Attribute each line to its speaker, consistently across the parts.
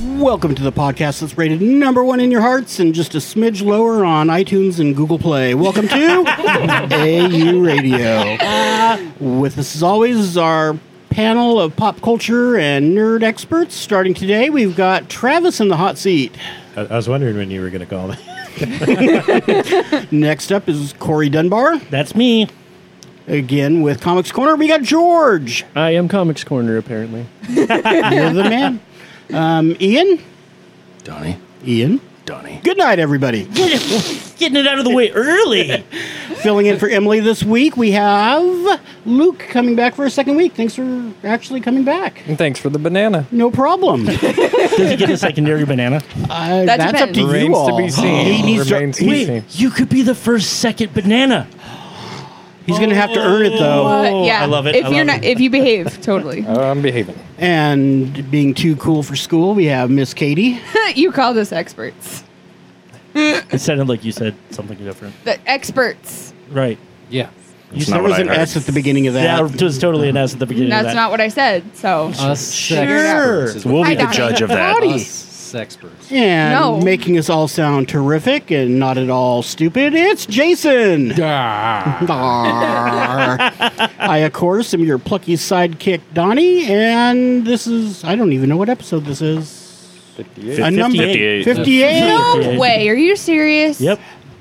Speaker 1: Welcome to the podcast that's rated number one in your hearts and just a smidge lower on iTunes and Google Play. Welcome to AU Radio. With us, as always, is our panel of pop culture and nerd experts. Starting today, we've got Travis in the hot seat.
Speaker 2: I, I was wondering when you were going to call me.
Speaker 1: Next up is Corey Dunbar.
Speaker 2: That's me.
Speaker 1: Again with Comics Corner, we got George.
Speaker 3: I am Comics Corner, apparently.
Speaker 1: You're the man. Um, Ian.
Speaker 4: Donnie,
Speaker 1: Ian.
Speaker 4: Donnie.
Speaker 1: Good night, everybody.
Speaker 2: Getting it out of the way early.
Speaker 1: Filling in for Emily this week, we have Luke coming back for a second week. Thanks for actually coming back.
Speaker 3: And thanks for the banana.
Speaker 1: No problem.
Speaker 2: Does he get a secondary banana?
Speaker 1: Uh,
Speaker 5: That
Speaker 1: that's up to
Speaker 5: depends.
Speaker 1: you
Speaker 3: Remains
Speaker 1: all.
Speaker 3: to be seen.
Speaker 1: He needs to-
Speaker 3: Remains to be
Speaker 1: wait,
Speaker 3: seen.
Speaker 2: You could be the first second banana. Oh,
Speaker 1: he's going to have to earn it though.
Speaker 5: But, yeah,
Speaker 2: I love it.
Speaker 5: If
Speaker 2: I
Speaker 5: you're
Speaker 2: love
Speaker 5: not,
Speaker 2: it.
Speaker 5: if you behave, totally.
Speaker 3: I'm behaving.
Speaker 1: And being too cool for school, we have Miss Katie.
Speaker 5: you called us experts.
Speaker 2: It sounded like you said something different.
Speaker 5: The experts.
Speaker 2: Right.
Speaker 3: Yeah.
Speaker 2: You
Speaker 4: not
Speaker 2: said
Speaker 1: There was
Speaker 4: what I
Speaker 1: an
Speaker 4: heard.
Speaker 1: S at the beginning of
Speaker 2: that
Speaker 1: that.
Speaker 2: was totally an S at the beginning.
Speaker 5: That's
Speaker 2: of
Speaker 5: not
Speaker 2: that.
Speaker 5: what I said. So
Speaker 6: Us
Speaker 1: Sure.
Speaker 6: sexperts. is
Speaker 2: We'll
Speaker 6: what-
Speaker 5: I
Speaker 2: be the
Speaker 5: got it.
Speaker 4: Judge of that.
Speaker 1: Howdy.
Speaker 6: Us sexperts.
Speaker 1: And
Speaker 5: No.
Speaker 1: making us all sound terrific and not at all stupid, it's Jason. Arr. I, of course, am your plucky sidekick, Donnie, and this is, I don't even know what episode this is.
Speaker 3: 58.
Speaker 1: A
Speaker 2: 58.
Speaker 1: number
Speaker 4: 58.
Speaker 1: 58.
Speaker 5: no way. Are you serious?
Speaker 2: Yep.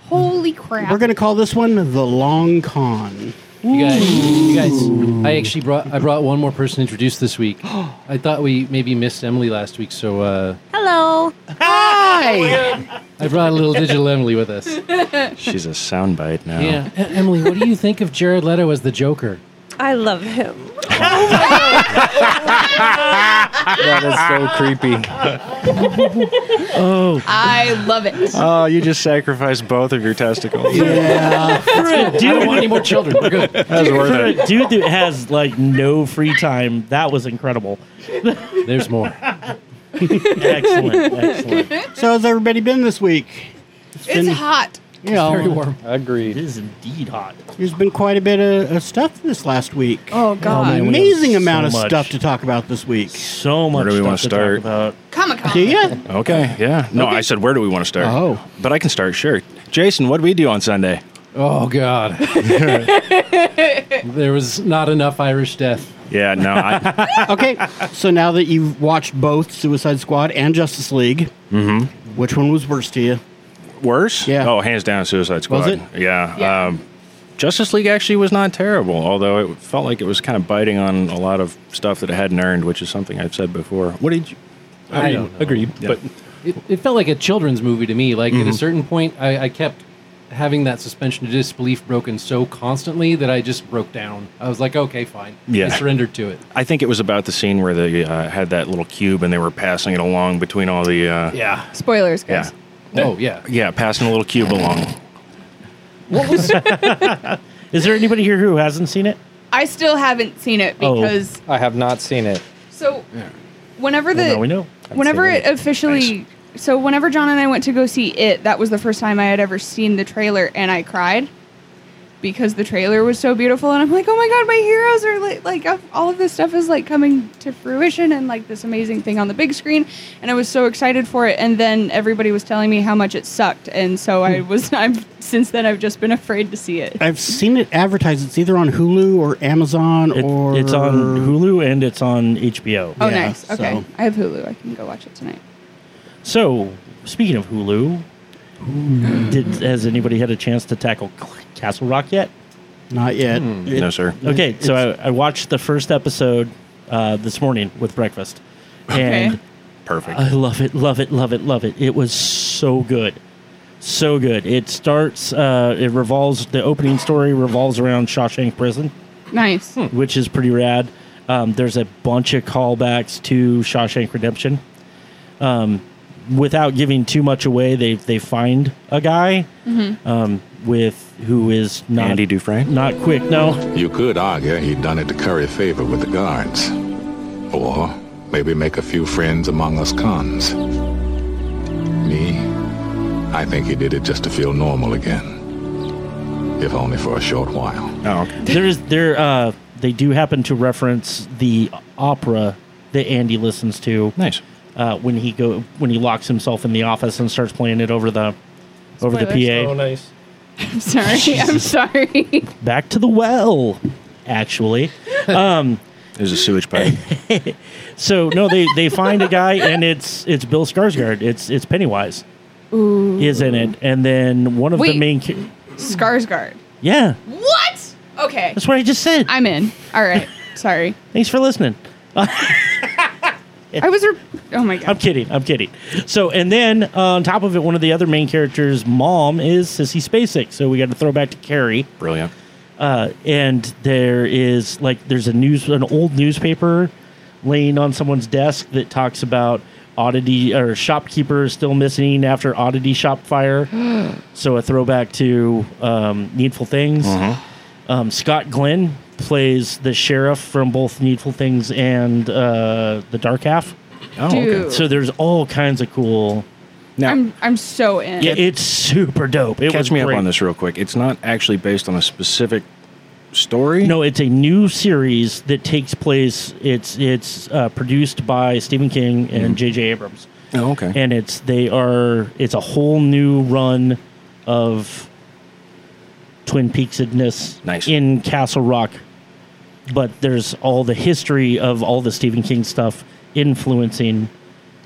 Speaker 5: Holy crap.
Speaker 1: We're going to call this one The Long Con.
Speaker 6: You guys, you guys. I actually brought. I brought one more person introduced this week. I thought we maybe missed Emily last week, so uh,
Speaker 5: Hello.
Speaker 1: Hi!
Speaker 6: I brought a little digital Emily with us.
Speaker 4: She's a soundbite now.
Speaker 6: Yeah, E- Emily, what do you think of Jared Leto as the Joker?
Speaker 7: I love him.
Speaker 3: That is so creepy.
Speaker 5: I love it.
Speaker 4: Oh, you just sacrificed both of your testicles.
Speaker 1: Yeah.
Speaker 6: I don't want any more children. We're good.
Speaker 4: That was
Speaker 2: For
Speaker 4: worth it.
Speaker 2: a dude that has like no free time, that was incredible.
Speaker 6: There's more.
Speaker 2: Excellent. Excellent. It
Speaker 1: so, how's everybody been this week?
Speaker 5: It's hot.
Speaker 1: You know,
Speaker 8: Oh,
Speaker 6: Very warm.
Speaker 3: Agreed.
Speaker 2: is indeed hot.
Speaker 1: there's been quite a bit of, of stuff this last week.
Speaker 5: Oh God.
Speaker 2: man. we
Speaker 1: Amazing
Speaker 2: have
Speaker 1: amount
Speaker 2: so
Speaker 1: of
Speaker 2: much.
Speaker 1: stuff to talk about this week.
Speaker 2: So much
Speaker 4: do we wanna
Speaker 2: stuff to talk
Speaker 4: start?
Speaker 2: about.
Speaker 5: Comic Con.
Speaker 1: Do ya?
Speaker 4: Okay, yeah. No, I said, where do we want to start?
Speaker 1: Oh.
Speaker 4: But I can start, sure. Jason, what do we do on Sunday?
Speaker 6: Oh God. there was not enough Irish death.
Speaker 4: Yeah, no, I,
Speaker 1: okay, so now that you've watched both Suicide Squad and Justice League,
Speaker 4: Mm-hmm.
Speaker 1: which one was worse to you?
Speaker 4: worse?
Speaker 1: Yeah.
Speaker 4: Oh, hands down, Suicide Squad.
Speaker 1: Was it?
Speaker 4: Yeah.
Speaker 5: Yeah.
Speaker 4: Um, Justice League actually was not terrible, although it felt like it was kind of biting on a lot of stuff that it hadn't earned, which is something I've said before. What did you?
Speaker 6: I don't know.
Speaker 3: Agreed.
Speaker 4: Yeah.
Speaker 3: But
Speaker 6: It, it felt like a children's movie to me. Like at
Speaker 4: Mm-hmm.
Speaker 6: a certain point, I, I kept having that suspension of disbelief broken so constantly that I just broke down. I was like, okay, fine.
Speaker 4: Yeah.
Speaker 6: I surrendered to it.
Speaker 4: I think it was about the scene where they uh, had that little cube and they were passing it along between all the. Uh, yeah.
Speaker 5: Spoilers,
Speaker 4: Yeah.
Speaker 5: guys.
Speaker 6: Oh yeah.
Speaker 4: Yeah, passing a little cube along.
Speaker 6: What was?
Speaker 2: Is there anybody here who hasn't seen it?
Speaker 5: I still haven't seen it
Speaker 2: Oh.
Speaker 5: because
Speaker 3: I have not seen it.
Speaker 5: So, whenever the
Speaker 2: Well, now we know.
Speaker 5: whenever
Speaker 3: seen
Speaker 5: it officially, so whenever John and I went to go see it, that was the first time I had ever seen the trailer, and I cried because the trailer was so beautiful, and I'm like, oh my god, my heroes are like, like uh, all of this stuff is like coming to fruition, and like this amazing thing on the big screen, and I was so excited for it, and then everybody was telling me how much it sucked, and so I
Speaker 1: Hmm.
Speaker 5: was, I've since then I've just been afraid to see it.
Speaker 1: I've seen it advertised. It's either on Hulu or Amazon
Speaker 2: It-
Speaker 1: or
Speaker 2: it's on Hulu and it's on HBO.
Speaker 5: Oh,
Speaker 1: Yeah,
Speaker 5: nice. Okay,
Speaker 1: so-
Speaker 5: I have Hulu. I can go watch it tonight.
Speaker 2: So, speaking of Hulu, did has anybody had a chance to tackle C- Castle Rock yet?
Speaker 1: Not yet. It-
Speaker 4: Hmm. No, sir.
Speaker 2: Okay, so I, I watched the first episode uh, this morning with breakfast, and
Speaker 5: Okay.
Speaker 4: Perfect.
Speaker 2: I love it, love it, love it, love it. It was so good, so good. It starts. Uh, it revolves. The opening story revolves around Shawshank Prison. Hmm.
Speaker 5: Nice.
Speaker 2: which is pretty rad. Um, there's a bunch of callbacks to Shawshank Redemption. Um, without giving too much away, they they find a guy
Speaker 5: Mm-hmm.
Speaker 2: um, with who is not
Speaker 4: Andy Dufresne?
Speaker 2: not quick. No,
Speaker 9: You could argue he'd done it to curry favor with the guards. Or maybe make a few friends among us cons. Me, I think he did it just to feel normal again. If only for a short while.
Speaker 4: Oh, okay.
Speaker 2: there is there. Uh, they do happen to reference the opera that Andy listens to
Speaker 4: Nice.
Speaker 2: uh, when he go when he locks himself in the office and starts playing it over the over the
Speaker 5: Spoilers.
Speaker 2: PA.
Speaker 7: Oh, nice.
Speaker 5: I'm sorry. I'm sorry.
Speaker 2: Back to the well, actually. Um,
Speaker 4: There's a sewage pipe.
Speaker 2: So no, they they find a guy and it's it's Bill Skarsgård. It's it's Pennywise is in it, and then one of
Speaker 5: Wait.
Speaker 2: the main. Ca-
Speaker 5: Skarsgård.
Speaker 2: yeah,
Speaker 5: What? Okay.
Speaker 2: that's what I just said.
Speaker 5: I'm in. All right. Sorry.
Speaker 2: Thanks for listening.
Speaker 5: I was. Re- oh my
Speaker 2: I'm
Speaker 5: god.
Speaker 2: kidding. I'm kidding. So, and then uh, on top of it, one of the other main characters' mom is Sissy Spacek. So we got to throw back to Carrie.
Speaker 4: Brilliant.
Speaker 2: Uh, and there is like there's a news an old newspaper laying on someone's desk that talks about oddity or shopkeeper is still missing after oddity shop fire. so a throwback to um, Needful Things. Um, Scott Glenn plays the sheriff from both Needful Things and uh, the Dark Half.
Speaker 4: Oh,
Speaker 5: Dude.
Speaker 2: So there's all kinds of cool.
Speaker 4: Now,
Speaker 5: I'm. I'm so in.
Speaker 2: Yeah, it's super dope. It was
Speaker 4: catch me
Speaker 2: great.
Speaker 4: up on this real quick. It's not actually based on a specific story.
Speaker 2: No, it's a new series that takes place. It's it's uh, produced by Stephen King and J.J. Abrams,
Speaker 4: Mm-hmm. Oh, okay.
Speaker 2: and it's they are it's a whole new run of Twin Peaksedness
Speaker 4: Nice.
Speaker 2: in Castle Rock. But there's all the history of all the Stephen King stuff influencing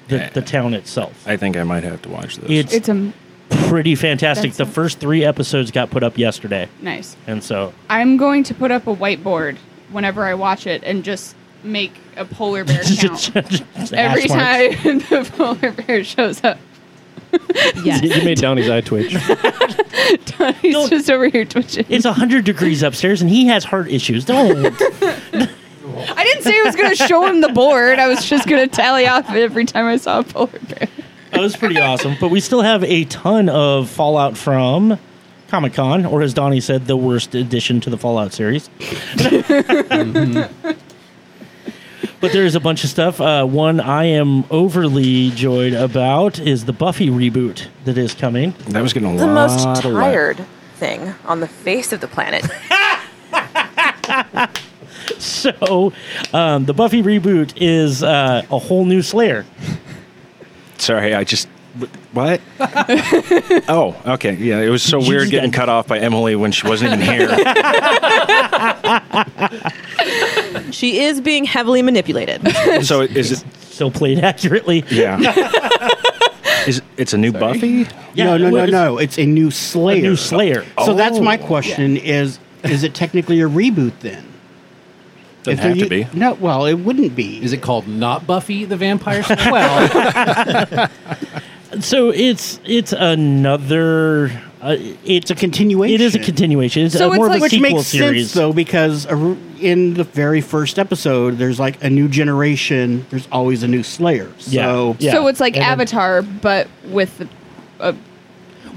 Speaker 2: the,
Speaker 4: Yeah.
Speaker 2: the town itself.
Speaker 4: I think I might have to watch this.
Speaker 2: It's-
Speaker 5: It's a
Speaker 2: Pretty fantastic. The
Speaker 5: That's-
Speaker 2: first three episodes got put up yesterday,
Speaker 5: nice.
Speaker 2: and so
Speaker 5: I'm going to put up a whiteboard whenever I watch it and just make a polar bear count every
Speaker 2: Ass
Speaker 5: time
Speaker 2: marks.
Speaker 5: the polar bear shows up.
Speaker 7: You, Yes. you made Downey's eye twitch.
Speaker 5: He's
Speaker 2: Don't-
Speaker 5: just over here twitching.
Speaker 2: It's 100 degrees upstairs and he has heart issues. Don't.
Speaker 5: I didn't say I was going to show him the board. I was just going to tally off every time I saw a polar bear.
Speaker 2: that was pretty awesome. But we still have a ton of Fallout from Comic Con, or as Donnie said, the worst addition to the Fallout series. Mm-hmm. but there is a bunch of stuff. Uh, one I am overly joyed about is the Buffy reboot that is coming.
Speaker 4: that was getting a
Speaker 10: the
Speaker 4: lot
Speaker 10: most
Speaker 4: of love.
Speaker 10: tired thing on the face of the planet.
Speaker 2: So um, the Buffy reboot is uh, a whole new Slayer.
Speaker 4: Sorry, I just what? oh, okay. Yeah, it was so
Speaker 2: You
Speaker 4: weird
Speaker 2: just
Speaker 4: getting
Speaker 2: got-
Speaker 4: cut off by Emily when she wasn't even here.
Speaker 10: she is being heavily manipulated.
Speaker 4: so it- is it?
Speaker 2: Still played accurately.
Speaker 4: Yeah. is it, it's a new Buffy?
Speaker 1: no,
Speaker 2: Yeah,
Speaker 1: no, no,
Speaker 2: it's
Speaker 1: no. It's a new Slayer.
Speaker 2: A new Slayer.
Speaker 1: So that's my
Speaker 4: Oh,
Speaker 1: question: is is it technically a reboot then?
Speaker 4: Doesn't
Speaker 1: they're
Speaker 4: have to
Speaker 1: u-
Speaker 4: be.
Speaker 1: No, well, it wouldn't be.
Speaker 6: Is it called not Buffy the Vampire? Slayer? well,
Speaker 2: So it's it's another. Uh, it's
Speaker 1: a continuation?
Speaker 2: It is a continuation. It's
Speaker 5: So
Speaker 2: uh,
Speaker 5: it's
Speaker 2: more
Speaker 5: like-
Speaker 2: of a
Speaker 5: Which
Speaker 1: Which
Speaker 2: sequel
Speaker 1: makes
Speaker 2: series.
Speaker 1: sense though, because a r in the very first episode, there's like a new generation. There's always a new Slayer. So
Speaker 2: Yeah.
Speaker 5: So it's like
Speaker 2: And then-
Speaker 5: Avatar, but with the. A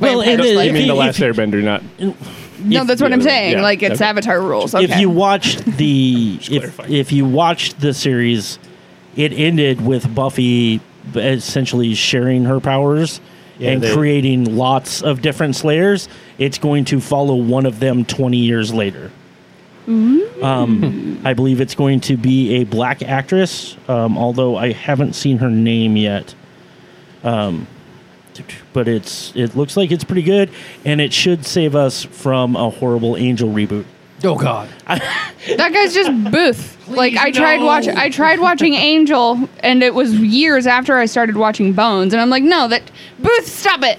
Speaker 2: Well,
Speaker 5: vampire
Speaker 2: and the-
Speaker 5: slayer.
Speaker 2: if
Speaker 7: You mean the last
Speaker 2: If-
Speaker 7: airbender, not.
Speaker 5: no,
Speaker 2: if-
Speaker 5: that's what
Speaker 7: yeah,
Speaker 5: I'm
Speaker 7: yeah,
Speaker 5: saying.
Speaker 7: yeah,
Speaker 5: like it's
Speaker 7: okay.
Speaker 5: Avatar rules. Okay.
Speaker 2: If you watched the if
Speaker 7: clarifying.
Speaker 2: if you watched the series, it ended with Buffy essentially sharing her powers
Speaker 7: Yeah,
Speaker 2: and
Speaker 7: they-
Speaker 2: creating lots of different Slayers. It's going to follow one of them twenty years later. Mm-hmm. Um, I believe it's going to be a black actress, um, although I haven't seen her name yet. Um, but it's it looks like it's pretty good, and it should save us from a horrible Angel reboot.
Speaker 6: oh god,
Speaker 5: That guy's just Booth. like I tried watch I tried watching Angel and it was years after I started watching Bones and I'm like, "No, that Booth, stop it.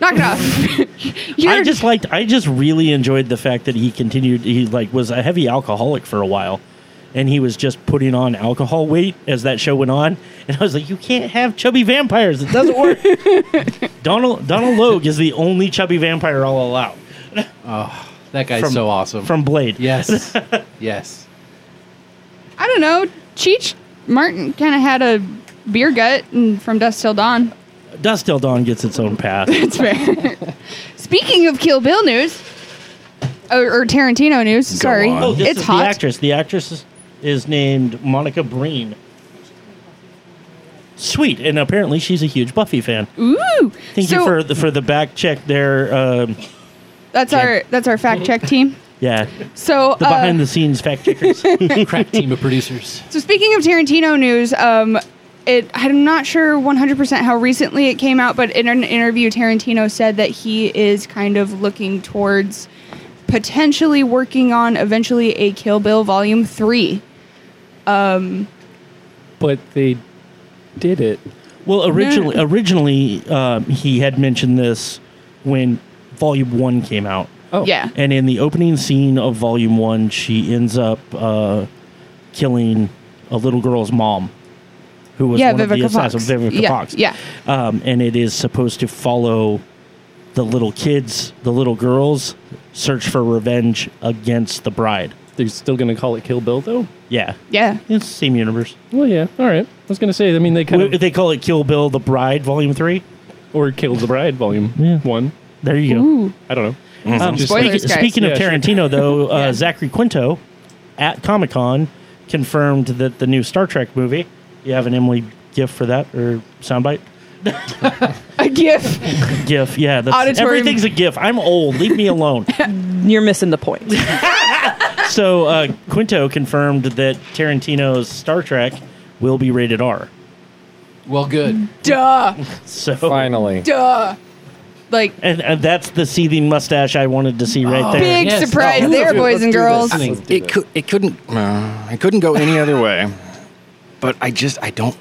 Speaker 5: Knock it off." You're
Speaker 2: I just liked. I just really enjoyed the fact that he continued. He like was a heavy alcoholic for a while, and he was just putting on alcohol weight as that show went on. And I was like, you can't have chubby vampires. It doesn't work. Donald Donald Logue is the only chubby vampire I'll allow
Speaker 6: Oh, that guy's
Speaker 2: From-
Speaker 6: so awesome.
Speaker 2: from Blade.
Speaker 6: yes, yes.
Speaker 5: I don't know. Cheech Martin kind of had a beer gut and from Dust Till Dawn.
Speaker 2: Dust Till Dawn gets its own path.
Speaker 5: It's fair. Speaking of Kill Bill news or, or Tarantino news, sorry.
Speaker 4: on. Oh,
Speaker 2: this
Speaker 5: it's
Speaker 2: is
Speaker 5: hot.
Speaker 2: The actress. The actress is, is named Monica Breen. Sweet, and apparently she's a huge Buffy fan.
Speaker 5: Ooh. Mm.
Speaker 2: Thank
Speaker 5: so
Speaker 2: you for the for the back check there. Um,
Speaker 5: that's our that's our fact check team.
Speaker 2: yeah,
Speaker 5: So
Speaker 2: the
Speaker 5: uh,
Speaker 2: behind the scenes fact checkers.
Speaker 6: Crack team of producers.
Speaker 5: So speaking of Tarantino news, um, it I'm not sure 100% how recently it came out, but in an interview, Tarantino said that he is kind of looking towards potentially working on eventually a Kill Bill Volume Um, 3.
Speaker 7: But they did it.
Speaker 2: Well, originally, originally um, he had mentioned this when Volume One came out,
Speaker 7: Oh.
Speaker 5: Yeah.
Speaker 2: and in the opening scene of Volume One, she ends up uh, killing a little girl's mom, who was
Speaker 5: yeah,
Speaker 2: one of the
Speaker 5: Vivica Fox.
Speaker 2: assassins, Vivica
Speaker 5: yeah,
Speaker 2: Fox.
Speaker 5: Yeah.
Speaker 2: um, and it is supposed to follow the little kids, the little girls, search for revenge against the bride.
Speaker 7: They're still going to call it Kill Bill, though?
Speaker 2: Yeah,
Speaker 5: Yeah.
Speaker 2: it's the same universe.
Speaker 7: Well, yeah. All right. I was going to say, I mean, they kind
Speaker 2: Wait,
Speaker 7: of.
Speaker 2: they call it Kill Bill: The Bride, Volume Three.
Speaker 7: or Kill the Bride, Volume
Speaker 2: Yeah.
Speaker 7: 1.
Speaker 2: There you go.
Speaker 5: Ooh.
Speaker 7: I don't know.
Speaker 2: Um,
Speaker 5: Spoilers,
Speaker 2: speak-
Speaker 5: guys.
Speaker 2: Speaking of
Speaker 7: Yeah, sure.
Speaker 2: Tarantino, though, uh, Zachary Quinto at Comic Con confirmed that the new Star Trek movie. You have an Emily GIF for that or soundbite?
Speaker 5: A GIF.
Speaker 2: GIF, yeah. That's,
Speaker 5: Auditorium-
Speaker 2: everything's a GIF. I'm old. Leave me alone.
Speaker 10: You're missing the point.
Speaker 2: so uh, Quinto confirmed that Tarantino's Star Trek will be rated R.
Speaker 6: Well, good.
Speaker 5: Duh.
Speaker 2: So.
Speaker 3: Finally.
Speaker 5: Duh. Like, Oh,
Speaker 2: And, and that's the seething mustache I wanted to see right there.
Speaker 5: big
Speaker 6: Yes,
Speaker 5: surprise
Speaker 6: no,
Speaker 5: there,
Speaker 6: let's do-
Speaker 5: boys
Speaker 6: let's
Speaker 5: and
Speaker 6: do
Speaker 5: girls.
Speaker 6: this thing.
Speaker 4: It could. It couldn't. Uh, it couldn't go any other way. But I just. I don't.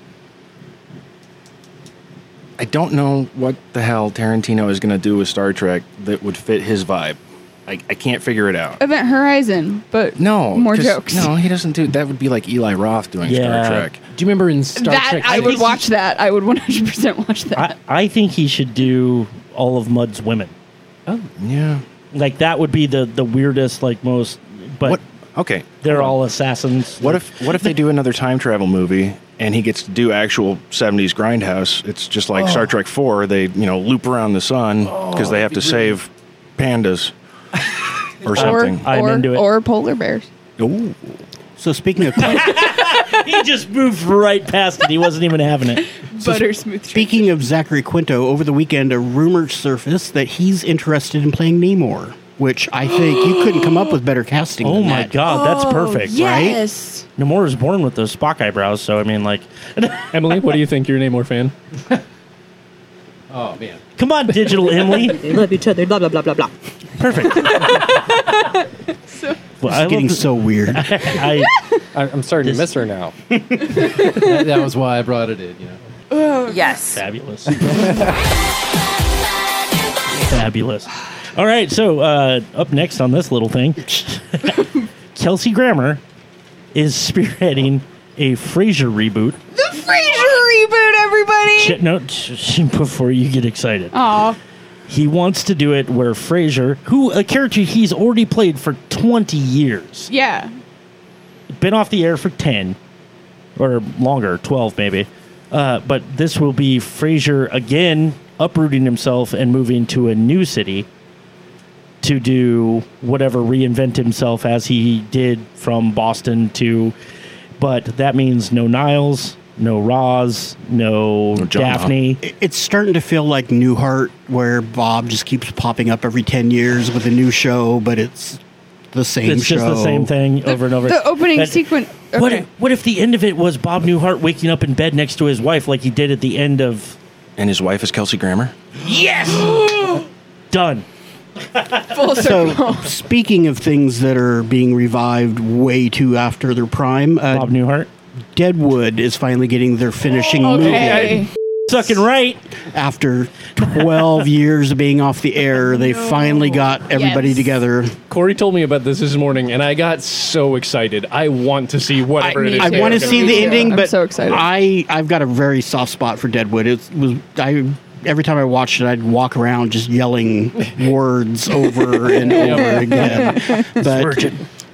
Speaker 4: I don't know what the hell Tarantino is going to do with Star Trek that would fit his vibe. I, I can't figure it out.
Speaker 5: Event Horizon, but
Speaker 4: No,
Speaker 5: more
Speaker 4: 'cause-
Speaker 5: jokes.
Speaker 4: No, he doesn't do that. Would be like Eli Roth doing
Speaker 2: Yeah.
Speaker 4: Star Trek.
Speaker 6: Do you remember in Star
Speaker 5: that
Speaker 6: Trek?
Speaker 5: I would
Speaker 6: think-
Speaker 5: watch that. I would 100% watch that.
Speaker 2: I, I think he should do all of Mud's women.
Speaker 4: Yeah.
Speaker 2: Like that would be the the weirdest, like most. But
Speaker 4: what? Okay.
Speaker 2: they're all assassins.
Speaker 4: What if what if they do another time travel movie and he gets to do actual 70s grindhouse? It's just like Star Trek 4, they, you know, loop around the sun because they have to save pandas or something.
Speaker 2: I'm
Speaker 5: or,
Speaker 2: into it.
Speaker 5: or polar bears.
Speaker 4: Ooh.
Speaker 1: So speaking of
Speaker 2: he just moved right past it. He wasn't even having it.
Speaker 5: Butter smooth.
Speaker 1: speaking of Zachary Quinto, over the weekend a rumor surfaced that he's interested in playing Namor, which I think you couldn't come up with better casting.
Speaker 2: Oh
Speaker 1: than
Speaker 2: my
Speaker 1: that.
Speaker 2: god, that's perfect.
Speaker 5: Yes.
Speaker 2: Namor is born with those Spock eyebrows, so I mean, like,
Speaker 7: Emily, what do you think? You're an Namor fan.
Speaker 6: Oh man.
Speaker 2: come on, digital Emily,
Speaker 10: They love each other, blah, blah, blah, blah, blah.
Speaker 2: perfect. Well,
Speaker 1: It's
Speaker 2: I love
Speaker 1: getting
Speaker 2: the-
Speaker 1: so weird.
Speaker 2: I,
Speaker 3: I, I'm starting to miss her now.
Speaker 6: that, that was why I brought it in. You know.
Speaker 10: Yes.
Speaker 2: fabulous, fabulous. All right, so uh, up next on this little thing, Kelsey Grammer is spearheading a Frasier reboot.
Speaker 5: The Frasier reboot, everybody.
Speaker 2: Shit, no, sh- sh- before you get excited.
Speaker 5: Aw.
Speaker 2: He wants to do it where Frasier, who a character he's already played for 20 years,
Speaker 5: Yeah.
Speaker 2: been off the air for 10 or longer, 12 maybe. Uh, but this will be Frasier again uprooting himself and moving to a new city to do whatever reinvent himself as he did from Boston to but that means no Niles, no Roz, no,
Speaker 4: John.
Speaker 2: Daphne.
Speaker 1: It's starting to feel like Newhart, where Bob just keeps popping up every 10 years with a new show, but it's the same
Speaker 2: it's
Speaker 1: show.
Speaker 2: just the same thing over and over.
Speaker 5: The opening
Speaker 2: That-
Speaker 5: sequence.
Speaker 2: What,
Speaker 5: Okay.
Speaker 2: if, what if the end of it was Bob Newhart waking up in bed next to his wife like he did at the end of
Speaker 4: And his wife is Kelsey Grammer?
Speaker 2: Done?
Speaker 5: Full circle.
Speaker 1: So, speaking of things that are being revived way too after their prime, uh,
Speaker 2: Bob Newhart?
Speaker 1: Deadwood is finally getting their finishing
Speaker 5: okay.
Speaker 2: Sucking right.
Speaker 1: movie. After 12 years of being off the air, they finally got everybody
Speaker 5: Yes.
Speaker 1: together.
Speaker 7: Corey told me about this this morning, and I got so excited. I want to see whatever it is.
Speaker 1: I
Speaker 7: they're
Speaker 1: want to
Speaker 7: gonna
Speaker 1: see
Speaker 7: do.
Speaker 1: the
Speaker 5: Yeah,
Speaker 1: ending,
Speaker 5: I'm
Speaker 1: but
Speaker 5: so excited.
Speaker 1: I I've got a very soft spot for Deadwood. It was I every time I watched it, I'd walk around just yelling words over and over again. But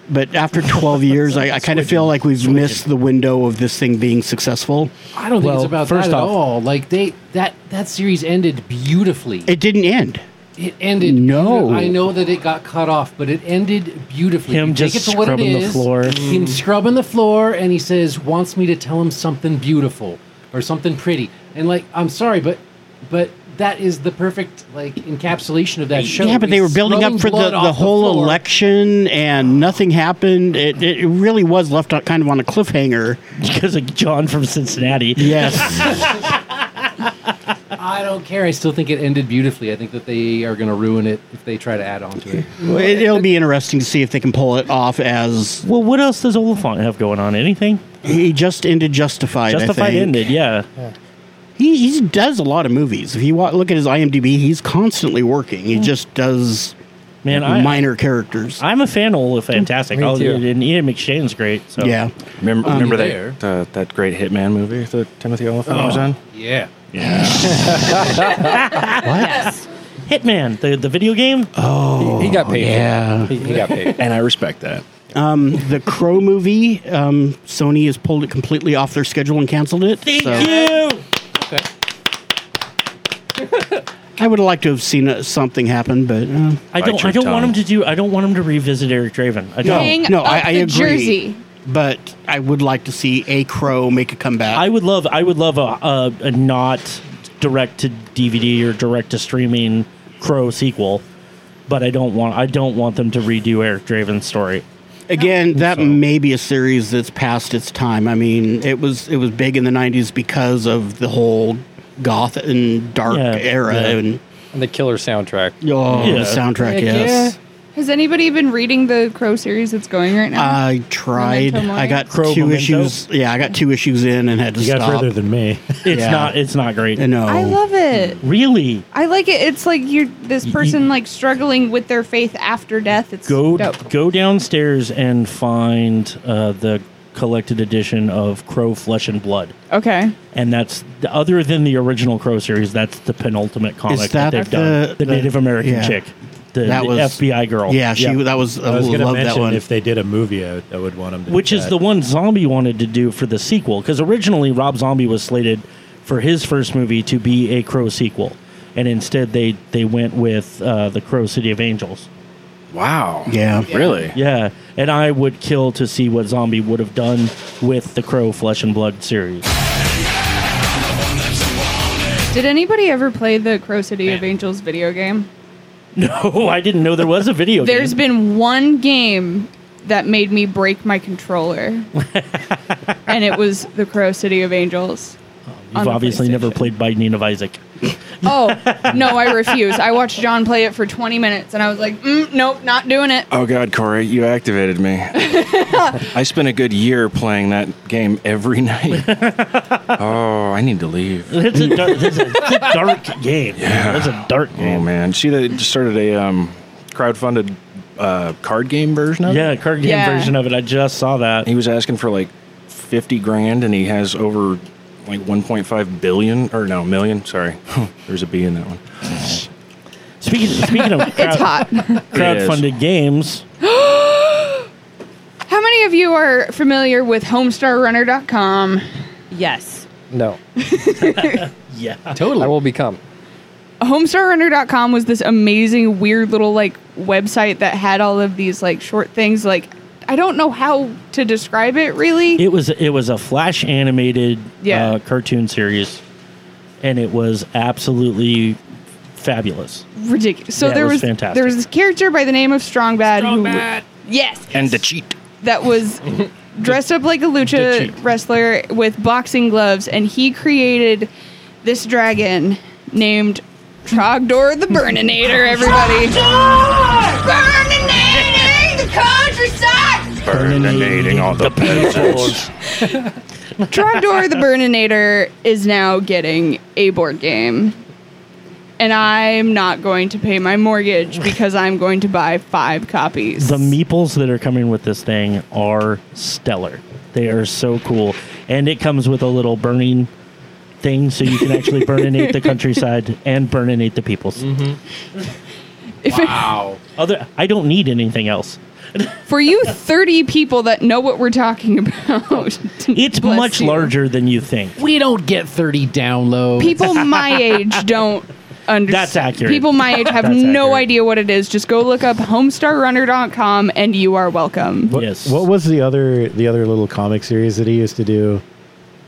Speaker 1: but after 12 years, I, I kind of feel like we've missed the window of this thing being successful.
Speaker 6: I don't think
Speaker 2: Well,
Speaker 6: it's about
Speaker 2: first
Speaker 6: that
Speaker 2: off-
Speaker 6: at all. Like they that that series ended beautifully.
Speaker 1: It didn't end.
Speaker 6: It ended.
Speaker 1: No.
Speaker 6: I know that it got cut off, but it ended beautifully.
Speaker 2: Him
Speaker 6: You take
Speaker 2: just
Speaker 6: it for what it
Speaker 2: scrubbing the
Speaker 6: is,
Speaker 2: floor.
Speaker 1: Mm.
Speaker 6: Him scrubbing the floor, and he says, "Wants me to tell him something beautiful or something pretty." And like, I'm sorry, but but that is the perfect like encapsulation of that show.
Speaker 1: Yeah, but they were
Speaker 6: He's
Speaker 1: building up
Speaker 6: throwing
Speaker 1: for the,
Speaker 6: blood off
Speaker 1: the whole
Speaker 6: floor.
Speaker 1: election, and nothing happened. It, it really was left on, kind of on a cliffhanger.
Speaker 2: because of John from Cincinnati.
Speaker 1: Yes,
Speaker 6: I don't care. I still think it ended beautifully. I think that they are going to ruin it if they try to add on to it.
Speaker 1: it, it'll be interesting to see if they can pull it off. As
Speaker 2: Well, what else does Oliphant have going on? Anything?
Speaker 1: he just ended Justified. I
Speaker 2: Justified
Speaker 1: think.
Speaker 2: ended, yeah.
Speaker 1: He, he does a lot of movies. If you wa- look at his IMDb, he's constantly working. He just does
Speaker 2: Man, I,
Speaker 1: minor characters.
Speaker 2: I'm a fan of Olaf Fantastic.
Speaker 7: Me
Speaker 2: Oh,
Speaker 7: too.
Speaker 2: And Ian McShane's great. So.
Speaker 1: yeah,
Speaker 4: Remember,
Speaker 2: Um,
Speaker 4: remember
Speaker 6: there.
Speaker 4: that uh, that great Hitman movie that Timothy Oliphant
Speaker 2: Oh.
Speaker 4: was in?
Speaker 6: Yeah.
Speaker 10: Yes.
Speaker 2: Hitman, the, the video game.
Speaker 7: he got paid.
Speaker 1: yeah.
Speaker 7: He, he got paid.
Speaker 4: And I respect that.
Speaker 1: Um, The Crow movie, um, Sony has pulled it completely off their schedule and canceled it.
Speaker 2: Thank
Speaker 1: so
Speaker 2: you.
Speaker 1: I would have liked to have seen uh, something happen, but uh,
Speaker 2: I
Speaker 4: Bite
Speaker 2: don't.
Speaker 4: your
Speaker 2: I don't
Speaker 4: tongue.
Speaker 2: want him to do. I don't want him to revisit Eric Draven. I
Speaker 1: No,
Speaker 2: don't.
Speaker 5: Hang
Speaker 1: no,
Speaker 5: up
Speaker 1: I, I
Speaker 5: the
Speaker 1: agree.
Speaker 5: jersey.
Speaker 1: But I would like to see a crow make a comeback.
Speaker 2: I would love. I would love a, a, a not direct to DVD or direct to streaming Crow sequel, but I don't want. I don't want them to redo Eric Draven's story.
Speaker 1: Again, that may be a series that's past its time. I mean, it was it was big in the '90s because of the whole goth and dark
Speaker 2: Yeah,
Speaker 1: era,
Speaker 2: yeah.
Speaker 1: and
Speaker 7: And the killer soundtrack.
Speaker 1: oh,
Speaker 2: Yeah.
Speaker 1: the soundtrack.
Speaker 6: Heck
Speaker 1: yes,
Speaker 5: Has anybody been reading the Crow series that's going right now?
Speaker 1: I tried.
Speaker 5: Memento
Speaker 1: I got
Speaker 2: Mori?
Speaker 1: two
Speaker 2: Crow
Speaker 1: issues. Yeah, I got two issues in and had to
Speaker 8: You
Speaker 1: stop.
Speaker 8: got further than me.
Speaker 2: It's
Speaker 1: Yeah.
Speaker 2: not. It's not great.
Speaker 1: And no,
Speaker 5: I love it.
Speaker 2: really,
Speaker 5: I like it. It's like you're this person like struggling with their faith after death. It's
Speaker 2: go
Speaker 5: dope.
Speaker 2: go downstairs and find uh, the collected edition of Crow Flesh and Blood.
Speaker 5: Okay.
Speaker 2: and that's other than the original Crow series. That's the penultimate comic that,
Speaker 1: that
Speaker 2: they've
Speaker 1: the-
Speaker 2: done. The,
Speaker 1: the-
Speaker 2: Native American
Speaker 1: yeah.
Speaker 2: chick, the,
Speaker 1: That
Speaker 2: the
Speaker 1: was-
Speaker 2: FBI girl.
Speaker 1: Yeah, she that was. I,
Speaker 8: I was going to
Speaker 1: love that
Speaker 8: mention
Speaker 1: one.
Speaker 8: if they did a movie, I, I would want them to.
Speaker 2: which
Speaker 8: do
Speaker 2: is
Speaker 8: that.
Speaker 2: the one Zombie wanted to do for the sequel because originally Rob Zombie was slated for his first movie to be a Crow sequel, and instead they they went with uh, the Crow City of Angels.
Speaker 4: Wow.
Speaker 1: yeah,
Speaker 4: Really?
Speaker 2: Yeah, and I would kill to see what Zombie would have done with the Crow Flesh and Blood series.
Speaker 5: Did anybody ever play the Crow City of Angels video game?
Speaker 2: No, I didn't know there was a video. game.
Speaker 5: There's been one game that made me break my controller, and it was the Crow City of Angels. Um, on
Speaker 2: Oh, You've
Speaker 5: the
Speaker 2: obviously never
Speaker 5: PlayStation.
Speaker 2: played Binding of Isaac.
Speaker 5: Oh no, I refuse. I watched John play it for 20 minutes, and I was like, mm, nope, not doing it.
Speaker 4: Oh God, Corey, you activated me. I spent a good year playing that game every night. oh, I need to leave.
Speaker 2: It's a dark, it's a, it's a dark game. Yeah. It's a dark
Speaker 4: Oh
Speaker 2: game.
Speaker 4: man, see they just started a um, crowdfunded uh, card game version of it.
Speaker 2: Yeah, card game
Speaker 5: Yeah.
Speaker 2: version of it. I just saw that.
Speaker 4: He was asking for like fifty grand, and he has over like one point five billion or no million. Sorry, there's a B in that one.
Speaker 2: Speaking speaking of
Speaker 5: It's
Speaker 2: crowd,
Speaker 5: hot.
Speaker 2: crowdfunded games,
Speaker 5: How many of you are familiar with HomestarRunner.com?
Speaker 10: Yes.
Speaker 7: No.
Speaker 2: yeah,
Speaker 7: I
Speaker 6: Totally.
Speaker 7: will become.
Speaker 5: homestarrunner.com was this amazing weird little like website that had all of these like short things like i don't know how to describe it really
Speaker 2: it was it was a flash animated
Speaker 5: Yeah.
Speaker 2: uh, cartoon series, and it was absolutely fabulous.
Speaker 5: ridiculous so
Speaker 2: Yeah, it
Speaker 5: there
Speaker 2: was
Speaker 5: was,
Speaker 2: fantastic.
Speaker 5: there was this character by the name of strong bad who yes
Speaker 4: And the cheat.
Speaker 5: that was dressed up like a lucha wrestler with boxing gloves and he created this dragon named Trogdor the Burninator, everybody. Burninating the countryside!
Speaker 4: Burninating all the peasants.
Speaker 5: Trogdor the Burninator is now getting a board game. And I'm not going to pay my mortgage because I'm going to buy five copies.
Speaker 2: The meeples that are coming with this thing are stellar. They are so cool, and it comes with a little burning thing, so you can actually burninate the countryside and burninate the peoples.
Speaker 6: Mm-hmm. Wow.
Speaker 2: Other, I don't need anything else.
Speaker 5: For you 30 people that know what we're talking about,
Speaker 2: It's
Speaker 5: bless
Speaker 2: much
Speaker 5: you.
Speaker 2: larger than you think.
Speaker 6: We don't get 30 downloads.
Speaker 5: People my age don't understand.
Speaker 2: That's accurate.
Speaker 5: People my age have
Speaker 2: That's
Speaker 5: no
Speaker 2: accurate.
Speaker 5: idea what it is. Just go look up homestarrunner.com and you are welcome.
Speaker 8: What,
Speaker 2: Yes.
Speaker 8: What was the other the other little comic series that he used to do?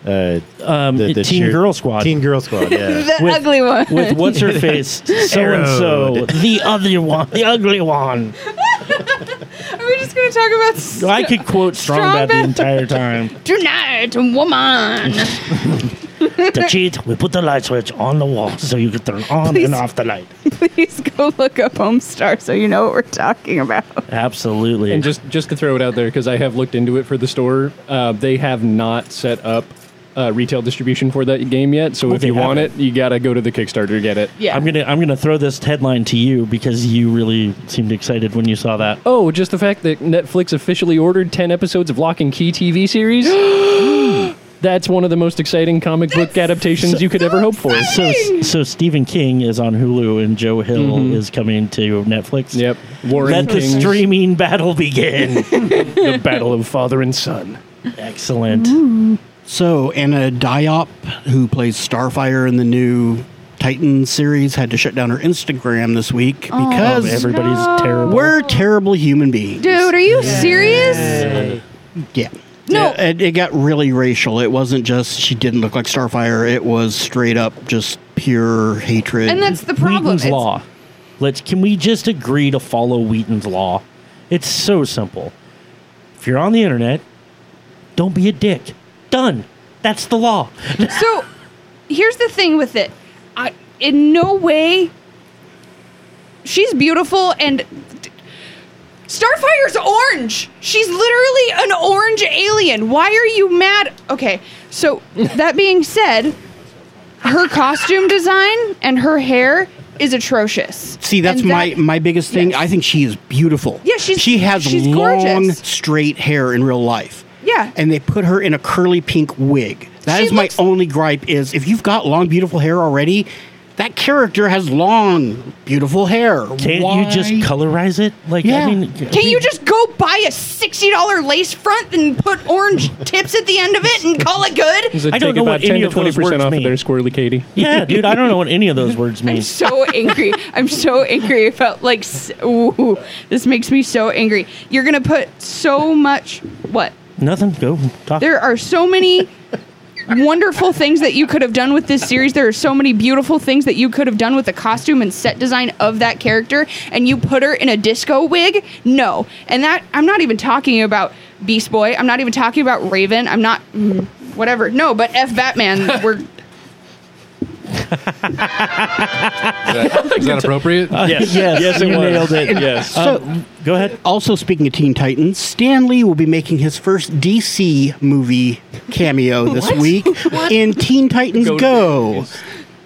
Speaker 8: Uh,
Speaker 2: um, Teen Girl Squad.
Speaker 8: Teen Girl Squad. Yeah.
Speaker 5: The ugly one.
Speaker 2: with what's her face, so and so,
Speaker 8: Arrowed.
Speaker 2: the other one, the ugly one.
Speaker 5: Are we just going to talk about st-
Speaker 2: I could quote Strongbat the
Speaker 5: Strongbat.
Speaker 2: entire time.
Speaker 5: tonight, woman?
Speaker 2: to cheat, we put the light switch on the wall so you could turn on
Speaker 5: Please.
Speaker 2: and off the light.
Speaker 5: Please go look up Homestar so you know what we're talking about.
Speaker 2: Absolutely.
Speaker 7: And just just to throw it out there, because I have looked into it for the store, uh, they have not set up uh, retail distribution for that game yet. So
Speaker 2: Well,
Speaker 7: if
Speaker 2: they
Speaker 7: you want it,
Speaker 2: haven't.
Speaker 7: you gotta go to the Kickstarter to get it.
Speaker 5: Yeah.
Speaker 2: I'm gonna I'm gonna throw this headline to you because you really seemed excited when you saw that.
Speaker 7: Oh, just the fact that Netflix officially ordered ten episodes of Lock and Key TV series. That's one of the most exciting comic book adaptations you could ever hope for.
Speaker 2: So so Stephen King is on Hulu and Joe Hill is coming to Netflix.
Speaker 7: Mm-hmm. Yep, Warren
Speaker 2: Let
Speaker 7: King's
Speaker 2: the streaming battle begin.
Speaker 7: the battle of father and son.
Speaker 2: Excellent.
Speaker 1: So Anna Diop, who plays Starfire in the new Titan series, had to shut down her Instagram this week because
Speaker 2: Everybody's
Speaker 5: Oh, No.
Speaker 2: terrible.
Speaker 1: we're terrible human beings.
Speaker 5: Dude, are you serious?
Speaker 1: Yeah.
Speaker 5: No.
Speaker 1: It- It, it got really racial. It wasn't just she didn't look like Starfire. It was straight up just pure hatred.
Speaker 5: And that's the problem.
Speaker 2: Wheaton's
Speaker 5: It's-
Speaker 2: law. Let's can we just agree to follow Wheaton's law? It's so simple. If you're on the internet, don't be a dick. Done. That's the law.
Speaker 5: So here's the thing with it. I, in no way. She's beautiful and. Starfire's orange. She's literally an orange alien. Why are you mad? Okay, so that being said, her costume design and her hair is atrocious.
Speaker 1: See, that's
Speaker 5: And
Speaker 1: my
Speaker 5: that-
Speaker 1: my biggest thing. I think she is beautiful.
Speaker 5: Yeah, she's-
Speaker 1: she has
Speaker 5: she's
Speaker 1: long,
Speaker 5: gorgeous.
Speaker 1: straight hair in real life.
Speaker 5: Yeah.
Speaker 1: and they put her in a curly pink wig. That is
Speaker 5: She
Speaker 1: my
Speaker 5: looks-
Speaker 1: only gripe. Is if you've got long, beautiful hair already, that character has long, beautiful hair.
Speaker 2: Can't you just
Speaker 1: Why?
Speaker 2: colorize it? Like I
Speaker 1: Yeah.
Speaker 2: mean
Speaker 5: Can you just go buy a $60 lace front and put orange tips at the end of it and call it good?
Speaker 7: So
Speaker 2: I don't
Speaker 7: take
Speaker 2: know
Speaker 7: about
Speaker 2: what any
Speaker 7: to
Speaker 2: of those words
Speaker 7: off
Speaker 2: mean.
Speaker 7: of their squirrely Katie.
Speaker 2: Yeah, dude, I don't know what any of those words mean.
Speaker 5: I'm so angry. I'm so angry about like. s- Ooh, this makes me so angry. You're gonna put so much. What?
Speaker 2: Nothing. Go talk.
Speaker 5: There are so many wonderful things that you could have done with this series. There are so many beautiful things that you could have done with the costume and set design of that character, and you put her in a disco wig? No. And that, I'm not even talking about Beast Boy. I'm not even talking about Raven. I'm not, mm, whatever. No, but F Batman, we're.
Speaker 6: that, is that appropriate?
Speaker 2: Uh, yes, yes,
Speaker 7: it
Speaker 2: you
Speaker 7: was.
Speaker 2: nailed it.
Speaker 7: Yes.
Speaker 2: Um, go ahead.
Speaker 1: Also, speaking of Teen Titans, Stan Lee will be making his first DC movie cameo this week in Teen Titans Go.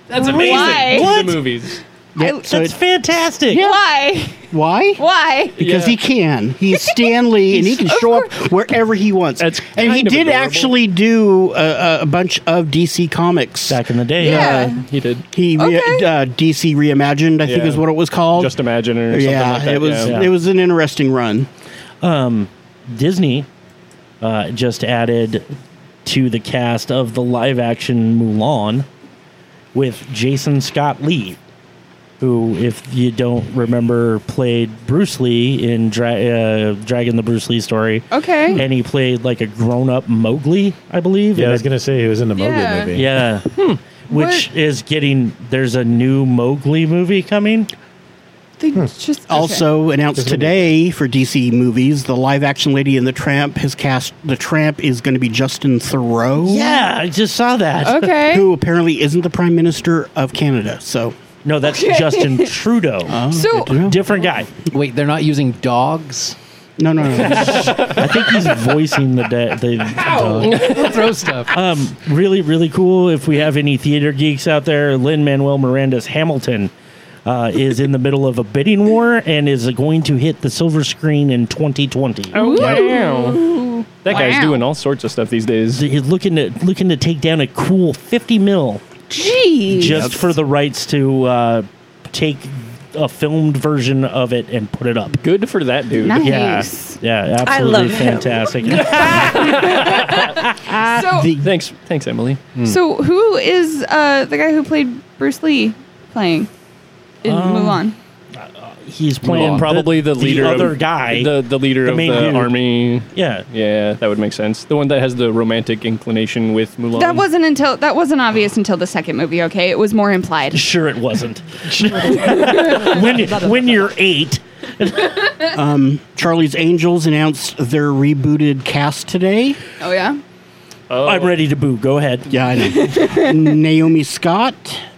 Speaker 7: That's
Speaker 5: amazing. Why?
Speaker 7: To
Speaker 2: What?
Speaker 7: The movies.
Speaker 1: Yeah,
Speaker 5: I-
Speaker 1: so
Speaker 2: That's
Speaker 1: it-
Speaker 2: fantastic.
Speaker 5: Why?
Speaker 1: why?
Speaker 5: Why?
Speaker 1: Because
Speaker 7: Yeah.
Speaker 1: he can. He's Stan Lee, and he can show up wherever he wants.
Speaker 7: That's
Speaker 1: and he
Speaker 7: kind of
Speaker 1: did
Speaker 7: adorable.
Speaker 1: actually do a, a- a bunch of DC comics.
Speaker 2: Back in the day.
Speaker 5: Yeah.
Speaker 7: He did.
Speaker 1: He re-
Speaker 5: Okay.
Speaker 1: uh, DC reimagined, I think,
Speaker 7: Yeah.
Speaker 1: is what it was called.
Speaker 7: Just imagine or something
Speaker 1: yeah,
Speaker 7: like that.
Speaker 1: it was.
Speaker 7: yeah.
Speaker 1: It was an interesting run.
Speaker 2: Um, Disney uh, just added to the cast of the live action Mulan with Jason Scott Lee, who, if you don't remember, played Bruce Lee in Dra- uh, Dragon the Bruce Lee story.
Speaker 5: Okay.
Speaker 2: And he played like a grown up Mowgli, I believe.
Speaker 8: Yeah, I
Speaker 2: And
Speaker 8: was
Speaker 2: it-
Speaker 8: gonna say he was in the Mowgli
Speaker 5: Yeah. Hmm.
Speaker 8: movie.
Speaker 2: yeah. Which is getting, there's a new Mowgli movie coming.
Speaker 5: They just. okay.
Speaker 1: Also announced today for DC movies, the live action Lady and the Tramp has cast. The Tramp is going to be Justin Thoreau.
Speaker 2: Yeah, I just saw that.
Speaker 5: Okay.
Speaker 1: Who apparently isn't the Prime Minister of Canada. So, Oh,
Speaker 2: No, that's Justin Trudeau.
Speaker 5: So,
Speaker 2: Different guy.
Speaker 3: Wait, they're not using dogs?
Speaker 1: no, no, no.
Speaker 2: I think he's voicing the de- the
Speaker 6: Throw stuff.
Speaker 2: um, really, really cool. If we have any theater geeks out there, Lynn Manuel Miranda's Hamilton uh, is in the middle of a bidding war and is going to hit the silver screen in 2020.
Speaker 7: Oh, wow. That guy's
Speaker 5: Wow.
Speaker 7: doing all sorts of stuff these days.
Speaker 2: He's looking to looking to take down a cool 50 mil
Speaker 5: geez.
Speaker 2: just for the rights to uh, take a filmed version of it and put it up.
Speaker 7: Good for that dude.
Speaker 2: Yeah,
Speaker 5: Nice.
Speaker 2: yeah, absolutely
Speaker 10: love him.
Speaker 2: fantastic.
Speaker 5: So,
Speaker 7: Thanks, thanks, Emily.
Speaker 2: Hmm.
Speaker 5: So who
Speaker 2: Oh.
Speaker 5: is uh, the guy who played Bruce Lee playing in Mulan?
Speaker 2: he's playing
Speaker 7: Playing probably the, leader,
Speaker 2: the
Speaker 7: of-
Speaker 2: other guy.
Speaker 7: the, the leader
Speaker 2: the
Speaker 7: of
Speaker 2: main
Speaker 7: the
Speaker 2: dude.
Speaker 7: army.
Speaker 2: yeah,
Speaker 7: Yeah, that would make sense. The one that has the romantic inclination with Mulan.
Speaker 5: That wasn't until that wasn't obvious until the second movie. Okay, it was more implied.
Speaker 2: sure it wasn't. when when you're eight,
Speaker 1: Um, Charlie's Angels announced their rebooted cast today.
Speaker 5: Oh yeah,
Speaker 2: Oh. I'm ready to boo. Go ahead.
Speaker 1: Yeah, I know. Naomi Scott,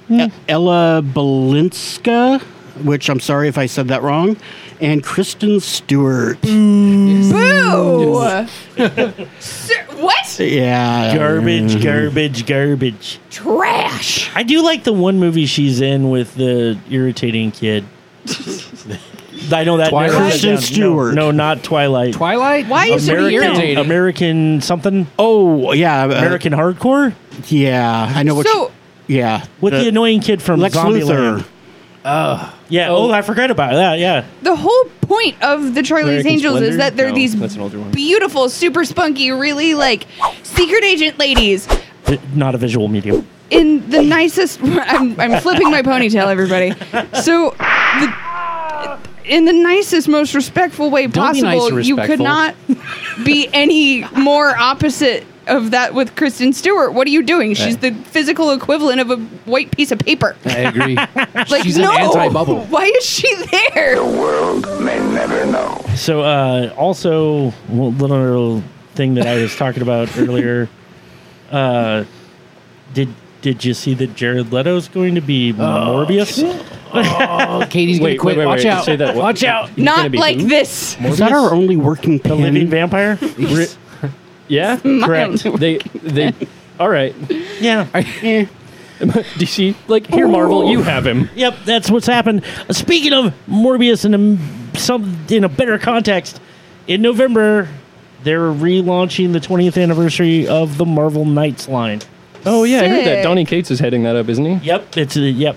Speaker 5: Hmm.
Speaker 1: E- Ella Balinska, which I'm sorry if I said that wrong, and Kristen Stewart.
Speaker 5: boo. Sir, what
Speaker 1: Yeah.
Speaker 2: Garbage, garbage, garbage.
Speaker 5: trash?
Speaker 2: I do like the one movie she's in with the irritating kid. I know that
Speaker 6: Twilight?
Speaker 2: narrows it
Speaker 1: Kristen
Speaker 2: down. No,
Speaker 1: Stewart.
Speaker 2: No, not Twilight.
Speaker 6: Twilight?
Speaker 5: Why is it
Speaker 2: American,
Speaker 5: irritating?
Speaker 2: American something?
Speaker 1: Oh, yeah. uh,
Speaker 2: American hardcore?
Speaker 1: Yeah, I know what.
Speaker 5: So
Speaker 1: you- yeah.
Speaker 2: With the, annoying kid from
Speaker 1: Lex
Speaker 2: Zombieland.
Speaker 1: Luthor.
Speaker 2: Yeah. Oh. I forgot about that. Yeah.
Speaker 5: the whole point of the Charlie's
Speaker 2: American
Speaker 5: Angels
Speaker 2: Splendor?
Speaker 5: is that they're
Speaker 7: No,
Speaker 5: these
Speaker 7: that's an older one.
Speaker 5: beautiful, super spunky, really like secret agent ladies
Speaker 2: Vi- Not a visual medium.
Speaker 5: in the nicest. I'm, I'm flipping my ponytail, everybody. So, the, in the nicest, most respectful way
Speaker 6: Don't be
Speaker 5: possible,
Speaker 6: nice or
Speaker 5: you could
Speaker 6: respectful.
Speaker 5: not be any more opposite of that with Kristen Stewart. What are you doing? She's the physical equivalent of a white piece of paper.
Speaker 6: I agree.
Speaker 5: Like,
Speaker 6: She's
Speaker 5: no.
Speaker 6: an anti-bubble.
Speaker 5: Why is she there?
Speaker 2: So, uh, also, one little, little thing that I was talking about earlier. Uh, did did you see that Jared Leto's going to be
Speaker 5: Oh,
Speaker 2: Morbius?
Speaker 7: Oh,
Speaker 6: Katie's
Speaker 7: Wait, wait, wait, wait. Say that. Watch out.
Speaker 5: Not like this.
Speaker 1: Is that our only working
Speaker 2: The
Speaker 1: pin?
Speaker 2: living vampire? Re-
Speaker 7: Yeah.
Speaker 2: Correct.
Speaker 7: They they. All right.
Speaker 2: Yeah.
Speaker 1: Eh.
Speaker 7: DC. Like here, Marvel. You have him.
Speaker 2: Yep, that's what's happened. Uh, Speaking of Morbius in a, m- some in a better context, in November they're relaunching the 20th anniversary of the Marvel Knights line.
Speaker 7: Oh yeah, I heard that.
Speaker 5: Sick.
Speaker 7: Donny Cates is heading that up, isn't he?
Speaker 2: Yep, it's a, yep.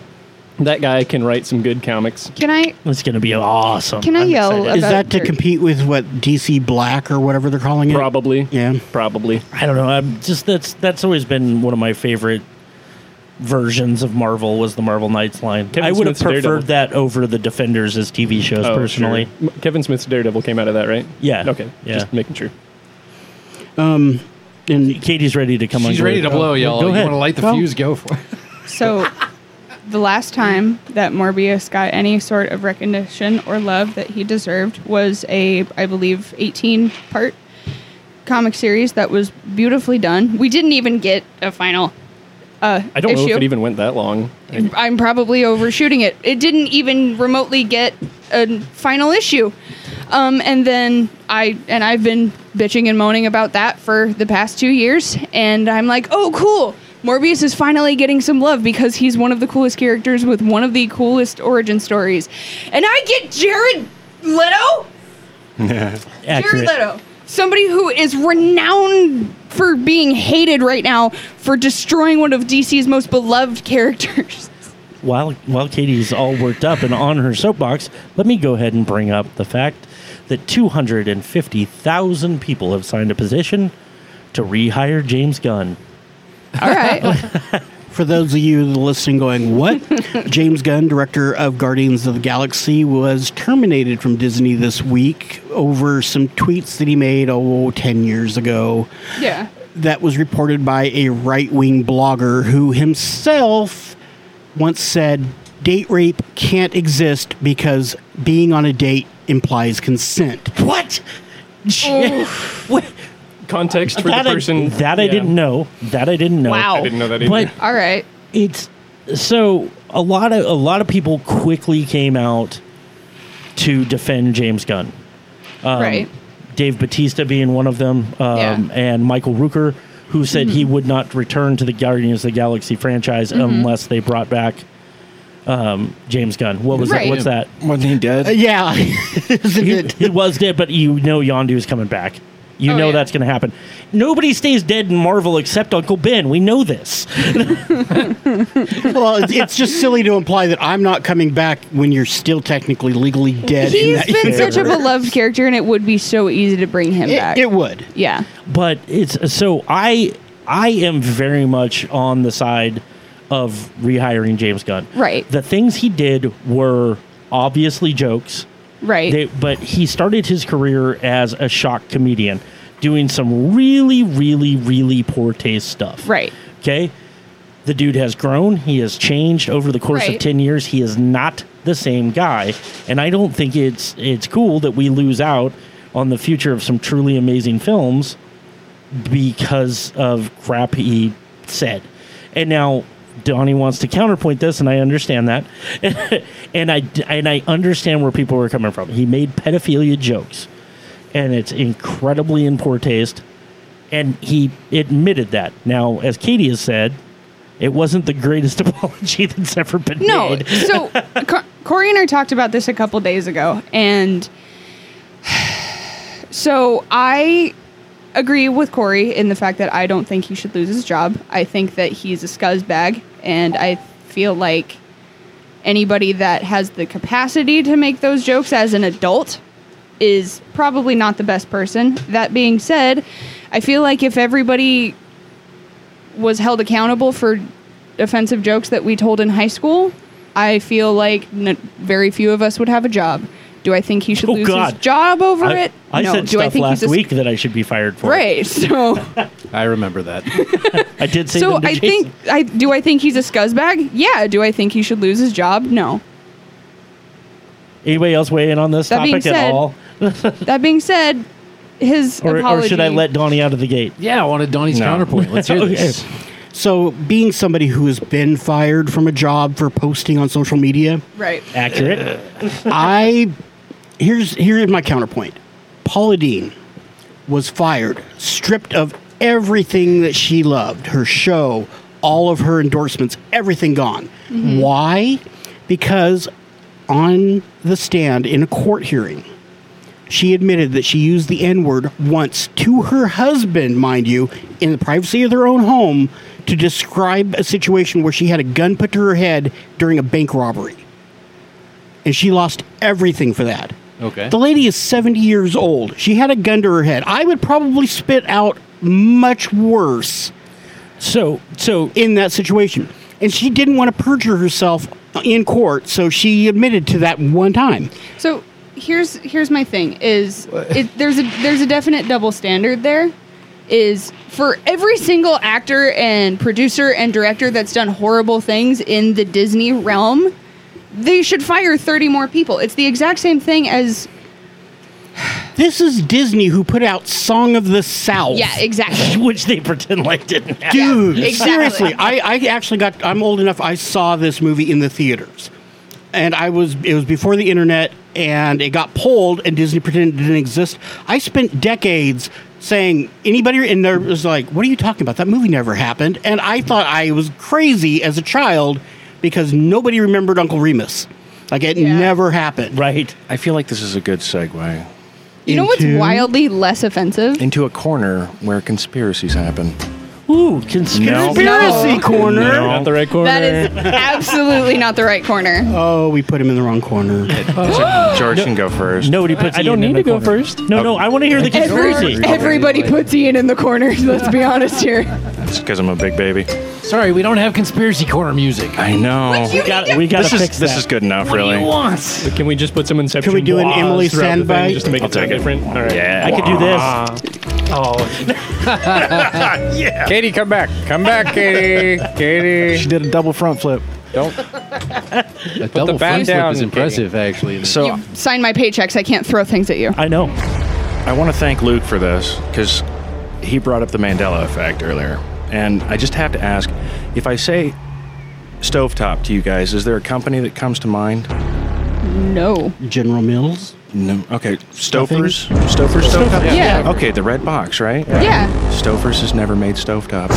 Speaker 7: That guy can write some good comics.
Speaker 5: Can I?
Speaker 2: It's going to be awesome.
Speaker 5: Can I
Speaker 2: I'm
Speaker 5: yell
Speaker 2: excited.
Speaker 1: Is
Speaker 5: About
Speaker 1: that to
Speaker 5: your-
Speaker 1: compete with what DC Black or whatever they're calling it?
Speaker 7: Probably.
Speaker 1: Yeah.
Speaker 7: Probably.
Speaker 2: I don't know. I'm just that's that's always been one of my favorite versions of Marvel was the Marvel Knights line.
Speaker 7: Kevin
Speaker 2: I would
Speaker 7: Smith's
Speaker 2: have preferred
Speaker 7: Daredevil.
Speaker 2: that over the Defenders as TV shows
Speaker 7: Oh,
Speaker 2: personally.
Speaker 7: sure. M- Kevin Smith's Daredevil came out of that, right?
Speaker 2: Yeah.
Speaker 7: Okay.
Speaker 2: Yeah.
Speaker 7: Just making sure.
Speaker 1: And
Speaker 2: Katie's ready to come on.
Speaker 6: She's ready to blow, y'all.
Speaker 2: Go
Speaker 6: you
Speaker 2: ahead.
Speaker 6: want to light the
Speaker 1: Go.
Speaker 6: fuse? Go for it.
Speaker 5: So, the last time that Morbius got any sort of recognition or love that he deserved was a, I believe, 18 part comic series that was beautifully done. We didn't even get a final uh,
Speaker 7: I don't know
Speaker 5: issue.
Speaker 7: if it even went that long.
Speaker 5: I'm probably overshooting it. It didn't even remotely get a final issue. Um, and then I and I've been bitching and moaning about that for the past two years, and I'm like, oh, cool. Morbius is finally getting some love because he's one of the coolest characters with one of the coolest origin stories, and I get Jared Leto. Jared
Speaker 2: Accurate.
Speaker 5: Leto, somebody who is renowned for being hated right now for destroying one of DC's most beloved characters.
Speaker 2: while while Katie's all worked up and on her soapbox, let me go ahead and bring up the fact that 250,000 people have signed a petition to rehire James Gunn.
Speaker 5: All right.
Speaker 1: For those of you listening going, what? James Gunn, director of Guardians of the Galaxy, was terminated from Disney this week over some tweets that he made, oh, 10 years ago.
Speaker 5: Yeah.
Speaker 1: That was reported by a right wing blogger who himself once said, date rape can't exist because being on a date implies consent.
Speaker 2: What? what?
Speaker 7: Context for
Speaker 2: That,
Speaker 7: the
Speaker 2: I,
Speaker 7: person
Speaker 2: that I
Speaker 7: yeah.
Speaker 2: didn't know. That I didn't know.
Speaker 5: Wow.
Speaker 7: I didn't know that either.
Speaker 2: But
Speaker 5: All right.
Speaker 2: it's so a lot of a lot of people quickly came out to defend James Gunn. Um,
Speaker 5: right.
Speaker 2: Dave Batista being one of them, um,
Speaker 5: Yeah. Hmm.
Speaker 2: and Michael Rooker, who said he would not return to the Guardians of the Galaxy franchise
Speaker 5: Mm-hmm.
Speaker 2: unless they brought back um, James Gunn. What was
Speaker 5: Right.
Speaker 2: that? What's that?
Speaker 4: Wasn't he dead?
Speaker 1: Uh, yeah. Isn't it?
Speaker 2: He was dead, but you know Yondu is coming back. You
Speaker 5: Oh,
Speaker 2: know
Speaker 5: yeah.
Speaker 2: that's going to happen. Nobody stays dead in Marvel except Uncle Ben. We know this.
Speaker 1: Well, it's, it's just silly to imply that I'm not coming back when you're still technically legally dead. in
Speaker 5: He's
Speaker 1: that
Speaker 5: been
Speaker 1: universe.
Speaker 5: such a beloved character, and it would be so easy to bring him back.
Speaker 1: It, it would.
Speaker 5: yeah.
Speaker 2: but it's so I I am very much on the side of rehiring James Gunn.
Speaker 5: Right.
Speaker 2: The things he did were obviously jokes.
Speaker 5: Right.
Speaker 2: They, but he started his career as a shock comedian, doing some really, really, really poor taste stuff.
Speaker 5: Right.
Speaker 2: Okay. The dude has grown. He has changed over the course of
Speaker 5: Right.
Speaker 2: ten years. He is not the same guy, and I don't think it's it's cool that we lose out on the future of some truly amazing films because of crap he said. And now Donnie wants to counterpoint this, and I understand that, and I and I understand where people were coming from. He made pedophilia jokes, and it's incredibly in poor taste, and he admitted that. Now, as Katie has said, it wasn't the greatest apology that's ever been
Speaker 5: No.
Speaker 2: made.
Speaker 5: So Co- Corey and I talked about this a couple days ago, and so I agree with Corey in the fact that I don't think he should lose his job. I think that he's a scuzzbag, and I feel like anybody that has the capacity to make those jokes as an adult is probably not the best person. That being said, I feel like if everybody was held accountable for offensive jokes that we told in high school, I feel like n- very few of us would have a job. Do I think he should
Speaker 2: Oh,
Speaker 5: lose
Speaker 2: God.
Speaker 5: his job over
Speaker 2: I,
Speaker 5: it?
Speaker 2: I
Speaker 5: no.
Speaker 2: said
Speaker 5: Do I
Speaker 2: stuff
Speaker 5: think
Speaker 2: last
Speaker 5: he's a
Speaker 2: week that I should be fired for.
Speaker 5: Right. So,
Speaker 6: I remember that.
Speaker 2: I did say.
Speaker 5: so
Speaker 2: them to
Speaker 5: I
Speaker 2: Jason.
Speaker 5: think I do. I think he's a scuzzbag. Yeah. Do I think he should lose his job? No.
Speaker 2: Anybody else weigh in on this
Speaker 5: That being
Speaker 2: topic at
Speaker 5: said,
Speaker 2: all,
Speaker 5: That being said, his
Speaker 2: or, or
Speaker 5: apology.
Speaker 2: should I let Donnie out of the gate?
Speaker 6: Yeah, I wanted Donnie's
Speaker 4: No.
Speaker 6: counterpoint. Let's
Speaker 5: Oh,
Speaker 6: hear this.
Speaker 1: So, being somebody who has been fired from a job for posting on social media,
Speaker 5: right?
Speaker 2: Accurate.
Speaker 1: I here's here's my counterpoint. Paula Dean was fired, stripped of everything that she loved, her show, all of her endorsements, everything gone. Why? Because on the stand in a court hearing, she admitted that she used the N word once to her husband, mind you, in the privacy of their own home to describe a situation where she had a gun put to her head during a bank robbery. And she lost everything for that.
Speaker 6: Okay.
Speaker 1: The lady is 70 years old. She had a gun to her head. I would probably spit out much worse
Speaker 2: So so
Speaker 1: in that situation. And she didn't want to perjure herself in court, so she admitted to that one time.
Speaker 5: So here's here's my thing is it, there's a there's a definite double standard there is for every single actor and producer and director that's done horrible things in the Disney realm they should fire 30 more people it's the exact same thing as
Speaker 1: This is Disney who put out Song of the South.
Speaker 5: yeah exactly
Speaker 2: which they pretend like didn't happen.
Speaker 1: Dude,
Speaker 5: Yeah, exactly.
Speaker 1: seriously, I, I actually got, I'm old enough, I saw this movie in the theaters. And I was, it was before the internet, and it got pulled, and Disney pretended it didn't exist. I spent decades saying, anybody, and there was like, what are you talking about? That movie never happened. And I thought I was crazy as a child because nobody remembered Uncle Remus. Like, it
Speaker 5: Yeah.
Speaker 1: never happened.
Speaker 2: Right.
Speaker 4: I feel like this is a good segue
Speaker 5: you know what's
Speaker 1: Into-
Speaker 5: wildly less offensive
Speaker 4: into a corner where conspiracies happen.
Speaker 2: Ooh, conspiracy.
Speaker 1: Conspiracy corner.
Speaker 4: No.
Speaker 7: Not the right corner.
Speaker 5: that is absolutely not the right corner
Speaker 1: Oh, we put him in the wrong corner.
Speaker 4: George can go first.
Speaker 2: Nobody puts.
Speaker 7: I- I
Speaker 2: Ian
Speaker 7: don't
Speaker 2: in
Speaker 7: need to
Speaker 2: the
Speaker 7: go
Speaker 2: corner.
Speaker 7: first.
Speaker 2: No, no. Oh, I want to hear the conspiracy.
Speaker 5: Every, everybody puts Ian in the corner let's be honest here
Speaker 4: It's because I'm a big baby.
Speaker 6: Sorry, we don't have conspiracy corner music.
Speaker 4: I know.
Speaker 2: Oh, We got. We got
Speaker 4: This
Speaker 2: to
Speaker 4: is
Speaker 2: fix
Speaker 4: this
Speaker 2: that.
Speaker 4: is good enough, really.
Speaker 7: Can we just put some Inception?
Speaker 1: Can we do an
Speaker 7: wahs
Speaker 1: Emily
Speaker 7: throughout the thing
Speaker 1: Sandberg?
Speaker 7: just to make
Speaker 4: I'll
Speaker 7: it sound
Speaker 4: take it.
Speaker 7: different? All right.
Speaker 4: Yeah.
Speaker 2: I could do this.
Speaker 7: Uh,
Speaker 8: Katie, come back. Come back, Katie. Katie.
Speaker 4: She did a double front flip.
Speaker 8: Don't.
Speaker 6: A
Speaker 8: bat
Speaker 6: double front flip
Speaker 8: down,
Speaker 6: is impressive, actually.
Speaker 4: So
Speaker 5: you sign my paychecks I can't throw things at you
Speaker 2: I know.
Speaker 4: I want to thank Luke for this because he brought up the Mandela effect earlier. And I just have to ask if I say stovetop to you guys, is there a company that comes to mind?
Speaker 5: no
Speaker 1: General Mills.
Speaker 4: No. Okay. Stofers? Stofers? Stovetop?
Speaker 5: Yeah.
Speaker 4: Okay, the red box, right?
Speaker 5: Yeah.
Speaker 4: Stofers has never made stovetop.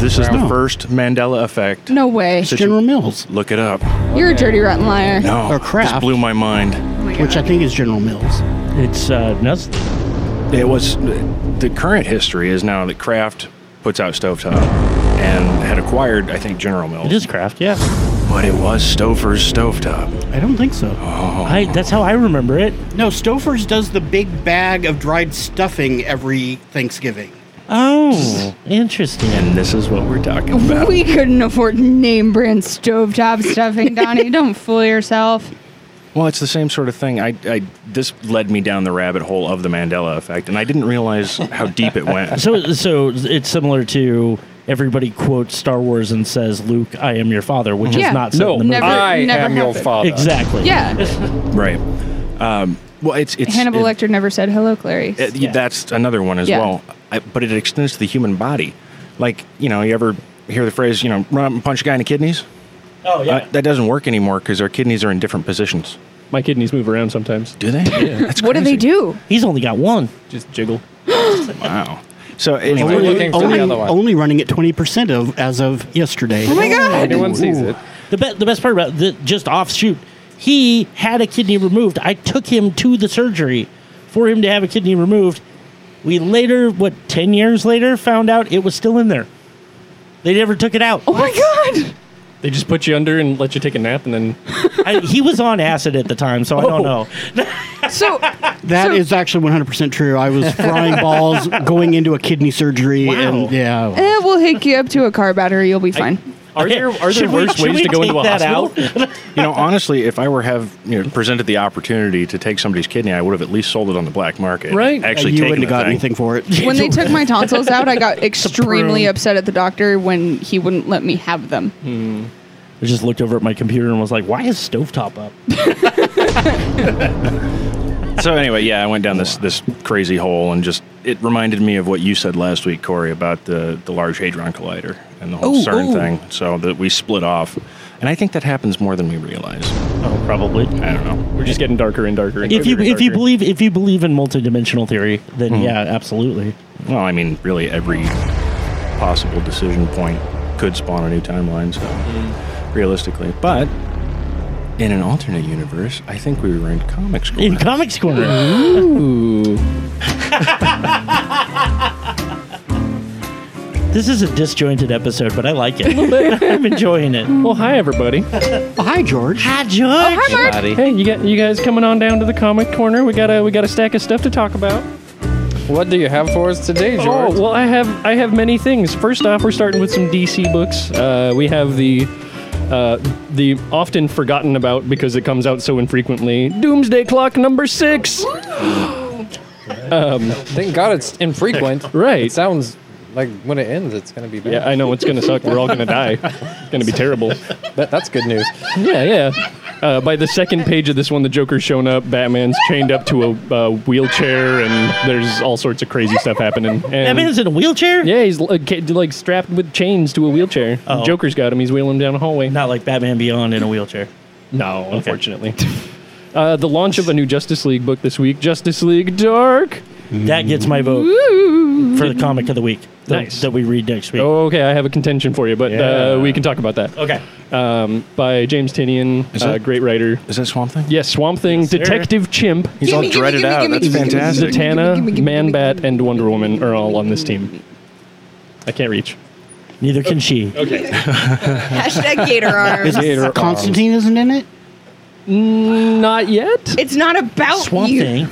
Speaker 4: This is the first Mandela effect.
Speaker 5: no way
Speaker 4: situ-
Speaker 1: General Mills.
Speaker 4: Look it up.
Speaker 5: You're a dirty rotten liar.
Speaker 4: No.
Speaker 1: Or
Speaker 4: This
Speaker 1: Kraft.
Speaker 4: blew my mind.
Speaker 1: Which I think is General Mills.
Speaker 2: It's uh, nuts.
Speaker 4: It was the current history is now that Kraft puts out stovetop and had acquired, I think, General Mills.
Speaker 2: It is craft. Yeah.
Speaker 4: But it was Stouffer's stovetop. Oh.
Speaker 1: I don't think so.
Speaker 2: I. That's how I remember it.
Speaker 1: No, Stouffer's does the big bag of dried stuffing every Thanksgiving.
Speaker 2: Oh, interesting.
Speaker 4: And this is what we're talking about.
Speaker 5: We couldn't afford name brand stovetop stuffing, Donnie. Don't fool yourself.
Speaker 4: Well, it's the same sort of thing. I, I this led me down the rabbit hole of the Mandela effect, and I didn't realize how deep it went.
Speaker 2: So, so it's similar to everybody quotes Star Wars and says, "Luke, I am your father," which
Speaker 5: Yeah.
Speaker 2: is not said in the movie.
Speaker 5: Never-
Speaker 8: I
Speaker 5: never
Speaker 8: am your
Speaker 5: happened.
Speaker 8: father.
Speaker 2: Exactly.
Speaker 5: Yeah,
Speaker 4: right. Um, well, it's it's
Speaker 5: Hannibal
Speaker 4: it-
Speaker 5: Lecter never said hello, Clary.
Speaker 4: it- Uh, That's another one as
Speaker 5: Yeah.
Speaker 4: well. I, but it extends to the human body. Like you know, you ever hear the phrase, you know, run up and punch a guy in the kidneys?
Speaker 2: Oh yeah.
Speaker 4: Uh, that doesn't work anymore because our kidneys are in different positions.
Speaker 7: My kidneys move around sometimes.
Speaker 4: Do they? Yeah. That's
Speaker 5: what do they
Speaker 4: crazy.
Speaker 5: do?
Speaker 2: He's only got one.
Speaker 7: Just jiggle.
Speaker 4: Wow. So anyway,
Speaker 8: We're looking for
Speaker 1: Only,
Speaker 8: the other one.
Speaker 1: only running at 20% of as of yesterday.
Speaker 5: Oh my god!
Speaker 8: Anyone sees it.
Speaker 2: The be- the best part about the, just offshoot, he had a kidney removed. I took him to the surgery for him to have a kidney removed. We later, what ten years later, found out it was still in there. They never took it out.
Speaker 5: Oh my god!
Speaker 7: They just put you under and let you take a nap, and then
Speaker 2: I, he was on acid at the time, so I don't know.
Speaker 5: So
Speaker 1: Oh. That
Speaker 5: So-
Speaker 1: is actually 100% true. I was frying balls going into a kidney surgery. And yeah.
Speaker 5: eh, we'll hook you up to a car battery. You'll be fine.
Speaker 7: are there are there
Speaker 2: Should we-
Speaker 7: worse
Speaker 2: should
Speaker 7: ways
Speaker 2: we
Speaker 7: to go
Speaker 2: take
Speaker 7: into a
Speaker 2: that
Speaker 7: hospital?
Speaker 2: out?
Speaker 4: you know, honestly, if I were have you know, presented the opportunity to take somebody's kidney, I would have at least sold it on the black market.
Speaker 7: Right.
Speaker 4: Actually,
Speaker 1: you
Speaker 4: taken
Speaker 1: wouldn't
Speaker 4: the
Speaker 1: have got
Speaker 4: thing.
Speaker 1: anything for it.
Speaker 5: when they took my tonsils out, I got extremely
Speaker 2: prune.
Speaker 5: upset at the doctor when he wouldn't let me have them.
Speaker 2: I just looked over at my computer and was like, "Why is stovetop up?"
Speaker 4: So anyway, yeah, I went down this this crazy hole and just it reminded me of what you said last week, Corey, about the the Large Hadron Collider and the whole
Speaker 2: Oh,
Speaker 4: CERN
Speaker 2: oh.
Speaker 4: thing. So that we split off, and I think that happens more than we realize.
Speaker 2: Oh, probably.
Speaker 4: I don't know.
Speaker 7: We're just getting darker and darker. And
Speaker 2: If you
Speaker 7: darker and
Speaker 2: if you
Speaker 7: darker.
Speaker 2: believe if you believe in multidimensional theory, then
Speaker 4: Hmm.
Speaker 2: yeah, absolutely.
Speaker 4: Well, I mean, really, every possible decision point could spawn a new timeline. So
Speaker 7: Hmm.
Speaker 4: realistically, but in an alternate universe, I think we were in comic school.
Speaker 2: In Comics Corner,
Speaker 7: Ooh.
Speaker 2: this is a disjointed episode, but I like it. I'm enjoying it.
Speaker 7: Well, hi everybody.
Speaker 1: Hi, George.
Speaker 2: Hi, George.
Speaker 7: Hey, you got you guys coming on down to the comic corner? We got a we got a stack of stuff to talk about.
Speaker 8: What do you have for us today, George?
Speaker 7: Oh well, I have I have many things. First off, we're starting with some DC books. Uh, we have the uh, the often forgotten about because it comes out so infrequently. Doomsday Clock number six.
Speaker 8: Um, Thank God it's infrequent.
Speaker 7: Right.
Speaker 8: It sounds like when it ends, it's going to be bad.
Speaker 7: Yeah, I know it's gonna suck. We're all gonna die. It's gonna be terrible.
Speaker 8: That, that's good news.
Speaker 7: Yeah, yeah. Uh, by the second page of this one, the Joker's shown up. Batman's chained up to a uh, wheelchair, and there's all sorts of crazy stuff happening. And
Speaker 2: That man's in a wheelchair.
Speaker 7: Um, Yeah, he's uh, ca- like strapped with chains to a wheelchair.
Speaker 2: Oh.
Speaker 7: Joker's got him. He's wheeling him down a hallway.
Speaker 2: Not like Batman Beyond in a wheelchair.
Speaker 7: No, unfortunately. uh, the launch of a new Justice League book this week, Justice League Dark.
Speaker 2: That gets my vote for the comic of the week. that-
Speaker 7: Nice.
Speaker 2: That we read next week.
Speaker 7: Oh, okay, I have a contention for you, but
Speaker 2: Yeah.
Speaker 7: uh, we can talk about that.
Speaker 2: Okay.
Speaker 7: Um, by James Tinian,
Speaker 4: Is
Speaker 7: uh,
Speaker 4: that-
Speaker 7: great writer.
Speaker 4: Is that Swamp Thing?
Speaker 7: Yes, Swamp Thing,
Speaker 2: sir.
Speaker 7: Detective Chimp,
Speaker 4: He's all dreaded out. That's fantastic.
Speaker 7: Zatanna, Man Bat, and Wonder Woman are all on this team. I can't reach.
Speaker 2: Neither can she.
Speaker 5: Hashtag Gator
Speaker 1: Is
Speaker 5: arms.
Speaker 1: it Constantine isn't in it?
Speaker 7: Not yet.
Speaker 5: It's Mm, not about
Speaker 2: Swamp
Speaker 5: you.
Speaker 2: Thing.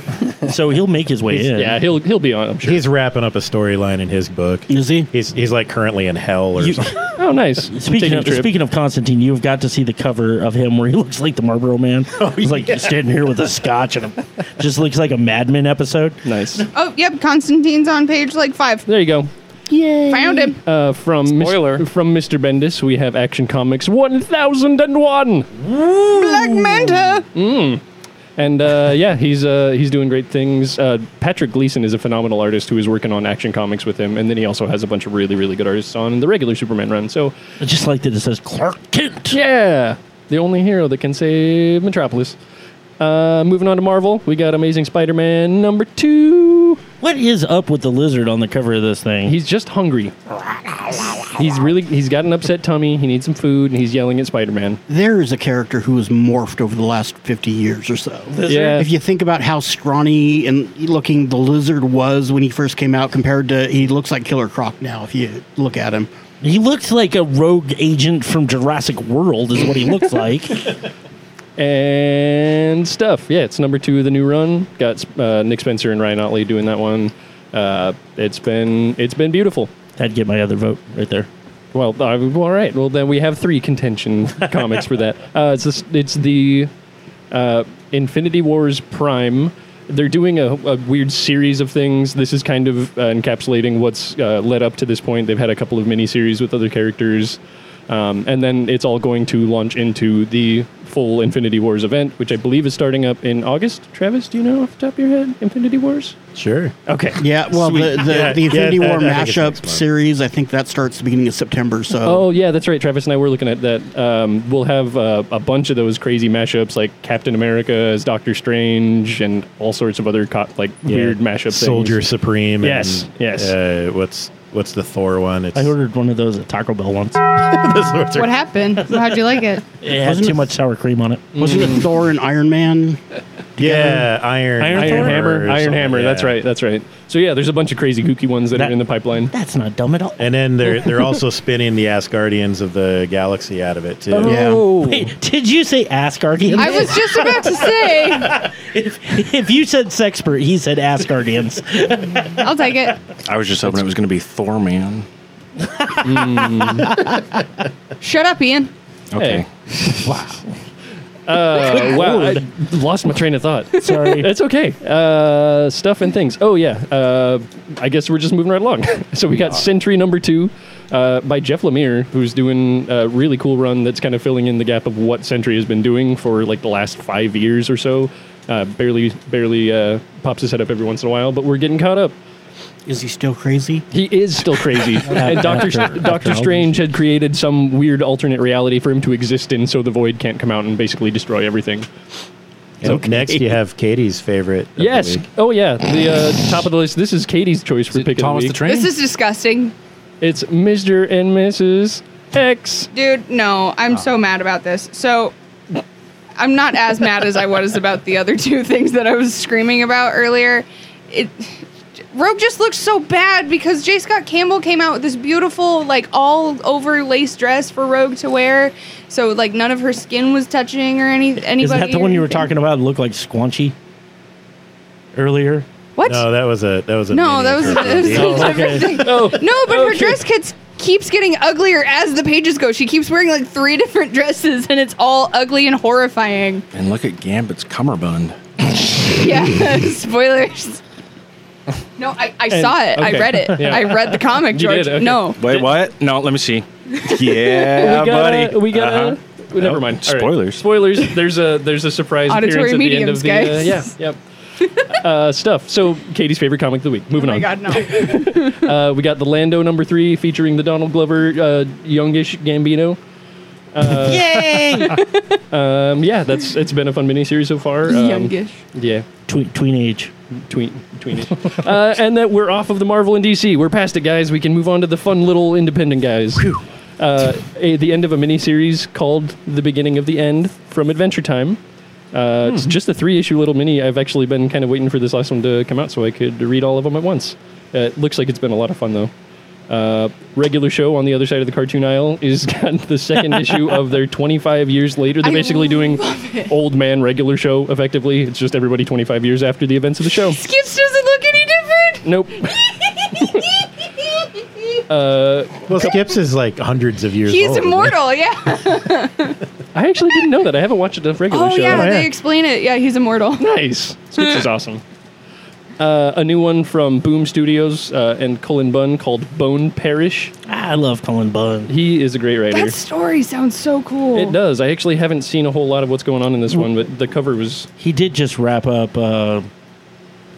Speaker 2: So he'll make his way in.
Speaker 7: yeah, he'll he'll be on. I'm sure.
Speaker 11: He's wrapping up a storyline in his book.
Speaker 1: Is he?
Speaker 11: He's he's like currently in hell or
Speaker 2: You-
Speaker 11: something.
Speaker 7: oh, nice.
Speaker 2: Speaking
Speaker 7: Taking a
Speaker 2: of,
Speaker 7: trip.
Speaker 2: speaking of Constantine, you've got to see the cover of him where he looks like the Marlboro Man. He's like standing here with a scotch and a, just looks like a Mad Men episode.
Speaker 7: nice.
Speaker 5: Oh, yep. Constantine's on page like five.
Speaker 7: There you go.
Speaker 5: Found him.
Speaker 7: Uh, from Mis-
Speaker 8: Spoiler.
Speaker 7: from Mr. Bendis, we have Action Comics 1001,
Speaker 5: Black Manta.
Speaker 7: Mm. and uh, yeah, he's uh, he's doing great things. Uh, Patrick Gleason is a phenomenal artist who is working on Action Comics with him, and then he also has a bunch of really really good artists on the regular Superman run. So
Speaker 2: I just like that it says Clark Kent.
Speaker 7: yeah, the only hero that can save Metropolis. Uh, moving on to Marvel, we got Amazing Spider-Man number two.
Speaker 2: What is up with the lizard on the cover of this thing?
Speaker 7: He's just hungry. He's really he's got an upset tummy. He needs some food, and he's yelling at Spider-Man.
Speaker 1: There is a character who has morphed over the last 50 years or so.
Speaker 7: Yeah.
Speaker 1: If you think about how scrawny and looking the lizard was when he first came out compared to, he looks like Killer Croc now if you look at him.
Speaker 2: he looks like a rogue agent from Jurassic World, is what he looks like.
Speaker 7: and stuff. Yeah, it's number two of the new run. Got uh, Nick Spencer and Ryan Otley doing that one. Uh, it's been it's been beautiful.
Speaker 2: That'd get my other vote right there.
Speaker 7: Well, I, all right. Well, then we have three contention comics for that. Uh, it's this, it's the uh, Infinity Wars Prime. They're doing a, a weird series of things. This is kind of uh, encapsulating what's uh, led up to this point. They've had a couple of mini series with other characters. Um, and then it's all going to launch into the full Infinity Wars event, which I believe is starting up in August. Travis, do you know off the top of your head? Infinity Wars?
Speaker 11: Sure.
Speaker 7: Okay.
Speaker 1: Yeah, well, the, the,
Speaker 7: Yeah,
Speaker 1: the
Speaker 7: yeah,
Speaker 1: Infinity
Speaker 7: that-
Speaker 1: War
Speaker 7: I think it's next
Speaker 1: mashup series, I think that starts the beginning of September. So
Speaker 7: Oh
Speaker 11: Um,
Speaker 7: yeah, that's right. Travis and I were looking at that. Um, we'll have uh, a bunch of those crazy mashups, like Captain America as Doctor Strange, and all sorts of other co- like weird mashup
Speaker 11: Soldier
Speaker 7: things.
Speaker 11: Supreme.
Speaker 7: Yes,
Speaker 11: and,
Speaker 7: yes.
Speaker 11: Uh, what's what's the Thor one? It's,
Speaker 2: I ordered one of those at Taco Bell once.
Speaker 12: What happened? How'd you like it?
Speaker 2: It had
Speaker 1: Wasn't
Speaker 2: too
Speaker 1: it-
Speaker 2: much sour cream on it.
Speaker 1: wasn't
Speaker 7: Mm.
Speaker 2: Mm.
Speaker 1: it Thor and Iron Man?
Speaker 11: yeah, Iron
Speaker 7: Iron, Hammer, Iron Hammer. That's right. That's right. So yeah, there's a bunch of crazy kooky ones that, are in the pipeline.
Speaker 2: That's not dumb at all.
Speaker 11: And then they're they're also spinning the Asgardians of the Galaxy out of it too.
Speaker 7: Oh.
Speaker 5: Oh.
Speaker 2: Wait, did you say Asgardians?
Speaker 12: I was just about to say.
Speaker 2: if, if you said sexpert, he said Asgardians.
Speaker 12: I'll take it.
Speaker 4: I was just hoping it was going to be Thor Man.
Speaker 12: Shut up, Ian.
Speaker 4: Okay.
Speaker 7: Uh,
Speaker 12: Good
Speaker 7: wow,
Speaker 12: lord.
Speaker 7: I lost my train of thought.
Speaker 2: Sorry.
Speaker 7: it's okay. Uh, stuff and things. Oh yeah, uh, I guess we're just moving right along. so we got Sentry number two uh, by Jeff Lemire, who's doing a really cool run that's kind of filling in the gap of what Sentry has been doing for like the last five years or so. Uh, barely, barely uh, pops his head up every once in a while, but we're getting caught up.
Speaker 1: Is he still crazy?
Speaker 7: He is still crazy. and Doctor
Speaker 2: After- after all
Speaker 7: Doctor
Speaker 2: these
Speaker 7: Strange had created some weird alternate reality for him to exist in, so the Void can't come out and basically destroy everything.
Speaker 11: And Next, you have Katie's favorite. of the
Speaker 7: Yes.
Speaker 11: week.
Speaker 7: Oh yeah. The uh, top of the list. This is Katie's choice for picking
Speaker 11: Thomas
Speaker 7: the,
Speaker 11: the
Speaker 7: week.
Speaker 11: Train?
Speaker 5: This is disgusting.
Speaker 7: It's Mr. and Mrs. X.
Speaker 5: Dude, no, I'm so mad about this. So I'm not as mad as I was about the other two things that I was screaming about earlier. It Rogue just looks so bad because J. Scott Campbell came out with this beautiful, like all over lace dress for Rogue to wear. So like none of her skin was touching or any anybody.
Speaker 2: Is that the
Speaker 5: or
Speaker 2: one you were
Speaker 5: anything.
Speaker 2: talking about? that Looked like squanchy earlier.
Speaker 5: What?
Speaker 11: No, that was a that was a
Speaker 5: No, that was, that was
Speaker 2: Oh,
Speaker 11: miniature.
Speaker 5: a different thing. No, but her dress kits keeps getting uglier as the pages go. She keeps wearing like three different dresses, and it's all ugly and horrifying.
Speaker 4: And look at Gambit's cummerbund.
Speaker 5: Yeah, spoilers. No, I, I
Speaker 4: And-
Speaker 5: saw it.
Speaker 4: okay.
Speaker 5: I read it.
Speaker 4: Yeah.
Speaker 5: I read the comic,
Speaker 4: You
Speaker 5: George.
Speaker 4: did? Okay.
Speaker 5: No.
Speaker 4: Wait, what? No, let me see.
Speaker 7: Yeah,
Speaker 4: Yeah,
Speaker 7: we got
Speaker 4: buddy.
Speaker 7: A, we got
Speaker 4: Uh-huh.
Speaker 7: a. well, never mind. All right.
Speaker 4: Spoilers.
Speaker 7: Spoilers. There's a there's a surprise
Speaker 5: Auditory
Speaker 7: appearance
Speaker 2: uh,
Speaker 7: at
Speaker 5: mediums,
Speaker 7: the end of the
Speaker 5: guys.
Speaker 7: uh, yeah yep. uh, stuff. So Katie's favorite comic of the week. Moving
Speaker 5: Oh my God,
Speaker 7: on.
Speaker 5: no.
Speaker 7: uh, we got the Lando number three featuring the Donald Glover uh, youngish Gambino. Uh,
Speaker 2: Yay!
Speaker 7: um, yeah, that's it's been a fun miniseries so far. Um,
Speaker 2: Youngish.
Speaker 7: Yeah.
Speaker 2: Tween, tween age.
Speaker 7: Tween, tweenage. uh, and that we're off of the Marvel and DC. We're past it, guys. We can move on to the fun little independent guys. Uh, a, the end of a miniseries called The Beginning of the End from Adventure Time. Uh,
Speaker 5: Hmm.
Speaker 7: It's just a three issue little mini. I've actually been kind of waiting for this last one to come out so I could read all of them at once. Uh, it looks like it's been a lot of fun, though. Uh, regular show on the other side of the cartoon aisle is got the second issue of their 25 years later. They're
Speaker 5: I
Speaker 7: basically doing
Speaker 5: love it.
Speaker 7: old man regular show effectively. It's just everybody 25 years after the events of the show.
Speaker 5: Skips doesn't look any different.
Speaker 7: Nope. Uh,
Speaker 11: well, Skips is like hundreds of years
Speaker 5: He's
Speaker 11: old. isn't he?
Speaker 5: immortal. Yeah.
Speaker 7: I actually didn't know that. I haven't watched enough regular
Speaker 5: Oh
Speaker 7: show.
Speaker 5: yeah, they explain it. Yeah, he's immortal.
Speaker 7: Nice. Skips is awesome. Uh, a new one from Boom Studios uh, and Cullen Bunn called Bone Parish.
Speaker 2: I love Cullen Bunn.
Speaker 7: He is a great writer.
Speaker 5: That story sounds so cool.
Speaker 7: it does. I actually haven't seen a whole lot of what's going on in this one, but the cover was
Speaker 2: He did just wrap up uh,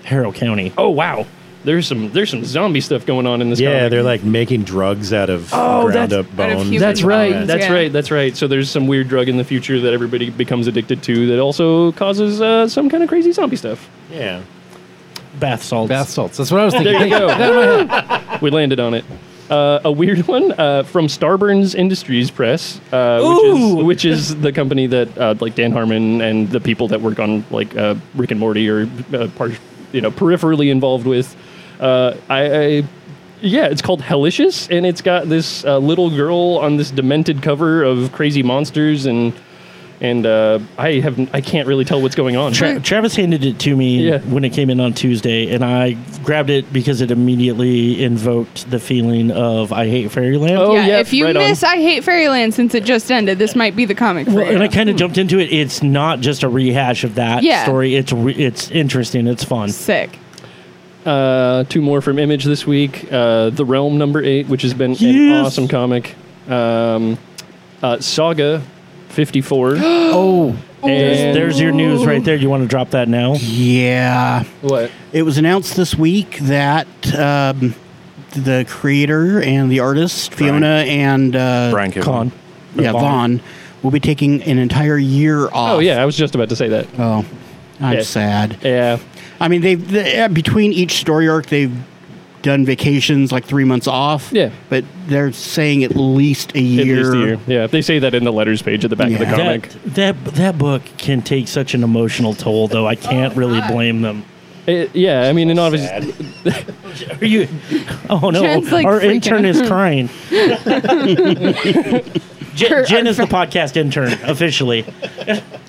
Speaker 2: Harrow County.
Speaker 7: oh wow. There's some there's some zombie stuff going on in this.
Speaker 11: Yeah,
Speaker 7: comic.
Speaker 11: they're like making drugs out of
Speaker 7: Oh,
Speaker 11: ground
Speaker 7: that's-
Speaker 11: up bones.
Speaker 7: That's
Speaker 11: and all
Speaker 7: right.
Speaker 11: that.
Speaker 7: That's
Speaker 5: Yeah.
Speaker 7: right. That's right. So there's some weird drug in the future that everybody becomes addicted to that also causes uh, some kind of crazy zombie stuff.
Speaker 11: Yeah.
Speaker 2: Bath salts.
Speaker 3: Bath salts. That's what I was thinking.
Speaker 7: There you go.
Speaker 3: That might-
Speaker 7: we landed on it. Uh, a weird one uh, from Starburns Industries Press, uh, which is
Speaker 2: Ooh.
Speaker 7: which is the company that uh, like Dan Harmon and the people that work on like uh, Rick and Morty or uh, par- you know peripherally involved with. Uh, I, I yeah, it's called Hellicious, and it's got this uh, little girl on this demented cover of crazy monsters and and uh, I have I can't really tell what's going on.
Speaker 2: Tra- Travis handed it to me
Speaker 7: Yeah.
Speaker 2: when it came in on Tuesday, and I grabbed it because it immediately invoked the feeling of I hate fairyland.
Speaker 7: Oh,
Speaker 5: if you miss I Hate Fairyland since it just ended, this might be the comic for
Speaker 2: Well,
Speaker 5: you.
Speaker 2: and I kind of jumped into it. It's not just a rehash of that
Speaker 5: Yeah.
Speaker 2: story. It's re- it's interesting. It's fun.
Speaker 5: Sick.
Speaker 7: Uh, two more from Image this week. Uh, the Realm number eight, which has been an
Speaker 2: Yes.
Speaker 7: awesome comic. Um, uh, Saga fifty four. oh,
Speaker 2: There's, there's your news right there. You want to drop that now?
Speaker 1: Yeah.
Speaker 7: What?
Speaker 1: It was announced this week that um, the creator and the artist, Fiona and uh,
Speaker 4: Brian Kevin.
Speaker 1: Con.
Speaker 4: Or
Speaker 1: Yeah,
Speaker 4: Vaughn.
Speaker 1: Vaughn. will be taking an entire year off.
Speaker 7: Oh yeah, I was just about to say that.
Speaker 1: Oh, I'm
Speaker 7: Yeah.
Speaker 1: sad.
Speaker 7: Yeah.
Speaker 1: I mean, they've they, uh, between each story arc, they've done vacations like three months off.
Speaker 7: Yeah.
Speaker 1: But they're saying at least a
Speaker 7: At
Speaker 1: year.
Speaker 7: least a year. Yeah, they say that in the letters page at the back of the
Speaker 1: Yeah.
Speaker 7: comic.
Speaker 2: That that book can take such an emotional toll, though. I can't
Speaker 7: Oh,
Speaker 2: really blame them.
Speaker 7: It- yeah, I mean, and obviously,
Speaker 2: Are you? Oh no!
Speaker 7: Jen's, like,
Speaker 2: Our
Speaker 7: freaking
Speaker 2: intern is
Speaker 7: out.
Speaker 2: crying. Jen, Jen is the podcast intern officially.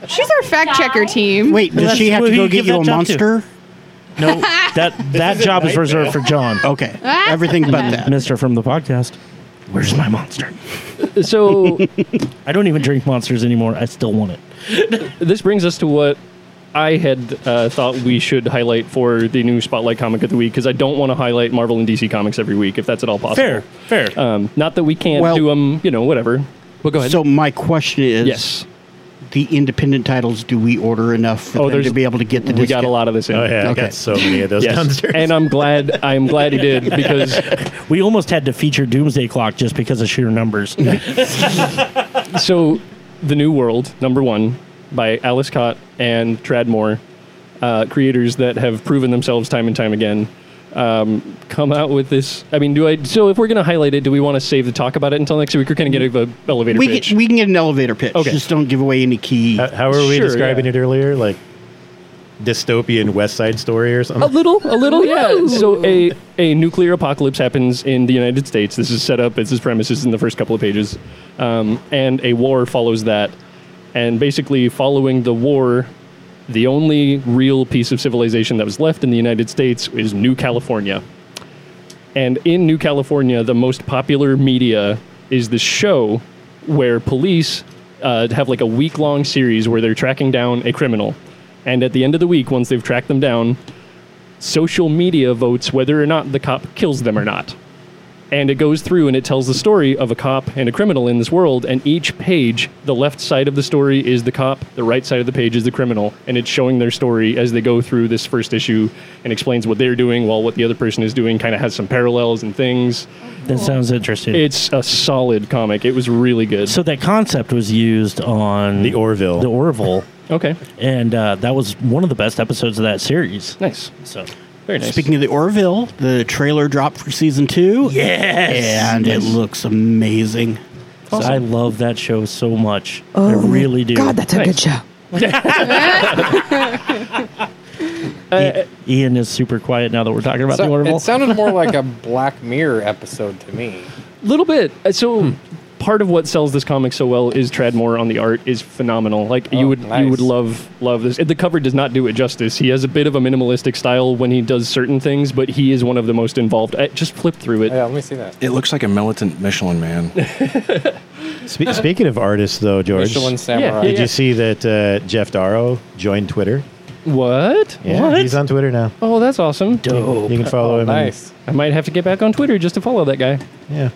Speaker 5: She's our fact checker team.
Speaker 1: Wait, does she have to go get you a monster?
Speaker 2: No, that that
Speaker 1: is a
Speaker 2: job is reserved for
Speaker 1: nightmare.
Speaker 2: John.
Speaker 1: Okay, everything but that.
Speaker 2: Mister from the podcast. Where's my monster?
Speaker 7: so
Speaker 2: I don't even drink monsters anymore. I still want it.
Speaker 7: this brings us to what I had uh, thought we should highlight for the new Spotlight comic of the week because I don't want to highlight Marvel and DC comics every week if that's at all possible.
Speaker 2: Fair, fair.
Speaker 7: Um, not that we can't
Speaker 1: Well-
Speaker 7: do them, you know, whatever. But go ahead.
Speaker 1: So my question is,
Speaker 7: Yes.
Speaker 1: the independent titles, do we order enough for
Speaker 7: Oh,
Speaker 1: them to
Speaker 7: there's-
Speaker 1: be able to get the
Speaker 7: we
Speaker 1: discount?
Speaker 7: got a lot of this in.
Speaker 11: Oh, yeah, I got so many of those
Speaker 7: Yes.
Speaker 11: downstairs.
Speaker 7: and I'm glad. I'm glad he did because
Speaker 2: We almost had to feature Doomsday Clock just because of sheer numbers.
Speaker 7: so the new world number one by alice cott and trad moore uh, creators that have proven themselves time and time again um, come out with this i mean do i so if we're going to highlight it do we want to save the talk about it until next week or can i get an elevator
Speaker 1: we
Speaker 7: pitch
Speaker 1: can, we can get an elevator pitch.
Speaker 7: Okay.
Speaker 1: Just don't give away any key.
Speaker 11: How, how were we
Speaker 7: Sure,
Speaker 11: describing
Speaker 7: yeah.
Speaker 11: it earlier? Like dystopian West Side Story or something?
Speaker 7: a little a little yeah so a a nuclear apocalypse happens in the united states this is set up as his premises in the first couple of pages um, and a war follows that and basically following the war the only real piece of civilization that was left in the united states is new california and in New California, the most popular media is this show where police uh, have like a week long series where they're tracking down a criminal. And at the end of the week, once they've tracked them down, social media votes whether or not the cop kills them or not. And it goes through and it tells the story of a cop and a criminal in this world. And each page, the left side of the story is the cop, the right side of the page is the criminal. And it's showing their story as they go through this first issue and explains what they're doing while what the other person is doing kind of has some parallels and things.
Speaker 2: that sounds interesting.
Speaker 7: It's a solid comic. It was really good.
Speaker 2: so that concept was used on
Speaker 11: The Orville.
Speaker 2: the Orville,
Speaker 7: Okay.
Speaker 2: and uh, that was one of the best episodes of that series.
Speaker 7: Nice.
Speaker 2: So
Speaker 7: Very nice.
Speaker 1: Speaking of the Orville, the trailer dropped for season two.
Speaker 2: Yes!
Speaker 1: and
Speaker 2: Yes.
Speaker 1: it looks amazing.
Speaker 2: So I love that show so much. I really do.
Speaker 10: Oh that's a good show.
Speaker 2: I- Ian is super quiet now that we're talking about the
Speaker 8: So,
Speaker 2: Orville.
Speaker 8: it sounded more like a Black Mirror episode to me.
Speaker 7: little bit. Uh, So
Speaker 11: Hmm.
Speaker 7: part of what sells this comic so well is Tradmore on the art is phenomenal. Like you
Speaker 8: Oh,
Speaker 7: would you
Speaker 8: nice.
Speaker 7: would love love this. The cover does not do it justice. He has a bit of a minimalistic style when he does certain things, but he is one of the most involved. I just flip through it.
Speaker 8: Yeah, let me see that.
Speaker 4: It looks like a militant Michelin man.
Speaker 11: Spe- speaking of artists, though, George,
Speaker 8: Michelin Samurai.
Speaker 11: did
Speaker 7: yeah.
Speaker 11: you see that uh, Jeff Darrow joined Twitter?
Speaker 7: What?
Speaker 11: Yeah,
Speaker 7: What?
Speaker 11: he's on Twitter now.
Speaker 7: oh, that's awesome.
Speaker 11: You can follow
Speaker 8: Oh,
Speaker 11: him. and-
Speaker 8: nice.
Speaker 7: I might have to get back on Twitter just to follow that guy.
Speaker 11: yeah,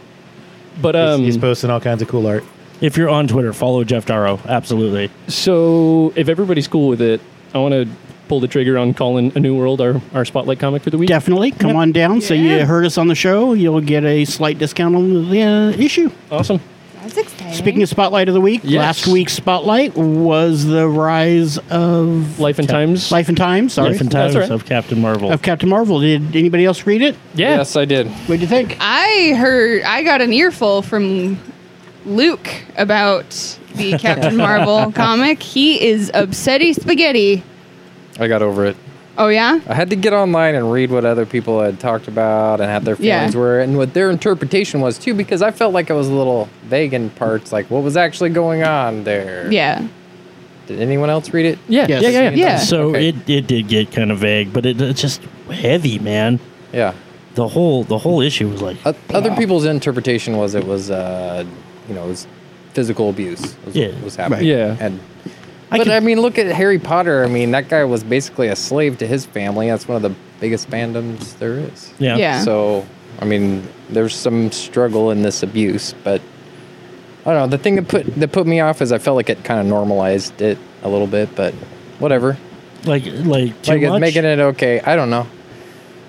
Speaker 7: But
Speaker 11: He's-
Speaker 7: um
Speaker 11: he's posting all kinds of cool art.
Speaker 2: if you're on Twitter, follow Jeff Darrow. Absolutely.
Speaker 7: so if everybody's cool with it, I want to pull the trigger on calling a new world our, our spotlight comic for the week.
Speaker 1: Definitely come on down. So you
Speaker 10: Yeah.
Speaker 1: heard us on the show. You'll get a slight discount on the uh, issue.
Speaker 7: Awesome.
Speaker 12: That's exciting.
Speaker 1: Speaking of spotlight of the week,
Speaker 7: Yes.
Speaker 1: last week's spotlight was the rise of
Speaker 7: Life and Times.
Speaker 1: Life and Time. Sorry,
Speaker 2: Life and
Speaker 7: That's
Speaker 2: Times
Speaker 7: all right.
Speaker 2: of Captain Marvel.
Speaker 1: of Captain Marvel. Did anybody else read it?
Speaker 7: Yeah.
Speaker 8: Yes, I did.
Speaker 1: What do you think?
Speaker 5: I heard I got an earful from Luke about the Captain Marvel comic. He is upsetty spaghetti.
Speaker 8: I got over it.
Speaker 5: Oh yeah?
Speaker 8: I had to get online and read what other people had talked about and had their
Speaker 5: Yeah.
Speaker 8: feelings were and what their interpretation was too, because I felt like I was a little vague in parts, like what was actually going on there.
Speaker 5: Yeah.
Speaker 13: Did anyone else read it?
Speaker 7: Yeah, yeah, yeah, yeah.
Speaker 2: So
Speaker 13: Okay.
Speaker 2: it, it did get kind of vague, but it, it's just heavy, man.
Speaker 13: Yeah.
Speaker 2: The whole the whole issue was like
Speaker 13: other people's interpretation was it was, uh, you know, it was physical abuse. Was,
Speaker 2: Yeah.
Speaker 13: was happening.
Speaker 2: Right. Yeah.
Speaker 13: And but I mean, look at Harry Potter. I mean, that guy was basically a slave to his family. That's one of the biggest fandoms there is.
Speaker 2: Yeah. Yeah.
Speaker 13: So, I mean, there's some struggle in this abuse, but I don't know. The thing that put that put me off is I felt like it kind of normalized it a little bit, but whatever.
Speaker 2: like like too
Speaker 13: like it's
Speaker 2: much.
Speaker 13: making it okay. I don't know.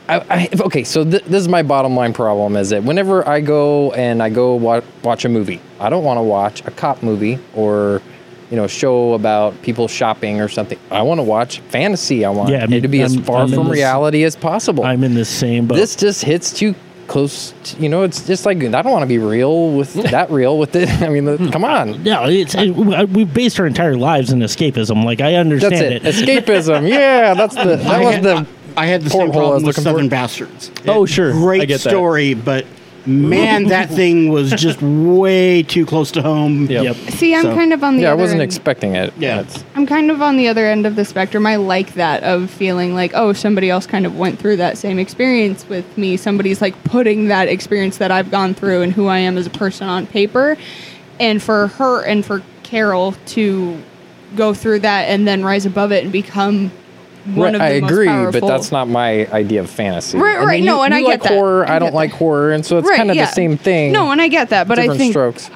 Speaker 13: I, I, okay, so th- this is my bottom line problem: is that whenever I go and I go wa- watch a movie, I don't want to watch a cop movie or you know show about people shopping or something. I want to watch fantasy. I want
Speaker 2: Yeah, I mean,
Speaker 13: it to be as
Speaker 2: I'm-
Speaker 13: far
Speaker 2: I'm in
Speaker 13: from
Speaker 2: this-
Speaker 13: reality as possible.
Speaker 2: I'm in the same boat.
Speaker 13: This just hits too close. To, you know, it's just like I don't want to be real with that real with it. I mean, the- come on.
Speaker 2: no, it's it, we based our entire lives in escapism. Like I understand
Speaker 13: That's it. Escapism. Yeah, that's the that
Speaker 1: I
Speaker 13: was
Speaker 1: had-
Speaker 13: the
Speaker 1: I had the same
Speaker 13: porthole I was
Speaker 1: problem with
Speaker 13: looking for.
Speaker 1: Southern Bastards.
Speaker 2: Oh, sure.
Speaker 1: Great
Speaker 2: I get that.
Speaker 1: story, but man, that thing was just way too close to home.
Speaker 13: Yep.
Speaker 5: See, I'm kind of on the
Speaker 13: yeah,
Speaker 5: other
Speaker 13: I wasn't
Speaker 5: end.
Speaker 13: expecting it. Yeah, it's,
Speaker 5: I'm kind of on the other end of the spectrum. I like that of feeling like, oh, somebody else kind of went through that same experience with me. Somebody's like putting that experience that I've gone through and who I am as a person on paper. And for her and for Carol to go through that and then rise above it and become one
Speaker 13: Right,
Speaker 5: of the
Speaker 13: I
Speaker 5: most
Speaker 13: agree,
Speaker 5: powerful-
Speaker 13: but that's not my idea of fantasy.
Speaker 5: Right, right,
Speaker 13: you-
Speaker 5: no, and
Speaker 13: you
Speaker 5: I get
Speaker 13: like
Speaker 5: that.
Speaker 13: horror.
Speaker 5: I
Speaker 13: I, don't
Speaker 5: get
Speaker 13: like horror, and so it's
Speaker 5: Right,
Speaker 13: kind of
Speaker 5: yeah.
Speaker 13: the same thing.
Speaker 5: No, and I get that, but I
Speaker 13: different
Speaker 5: think
Speaker 13: strokes.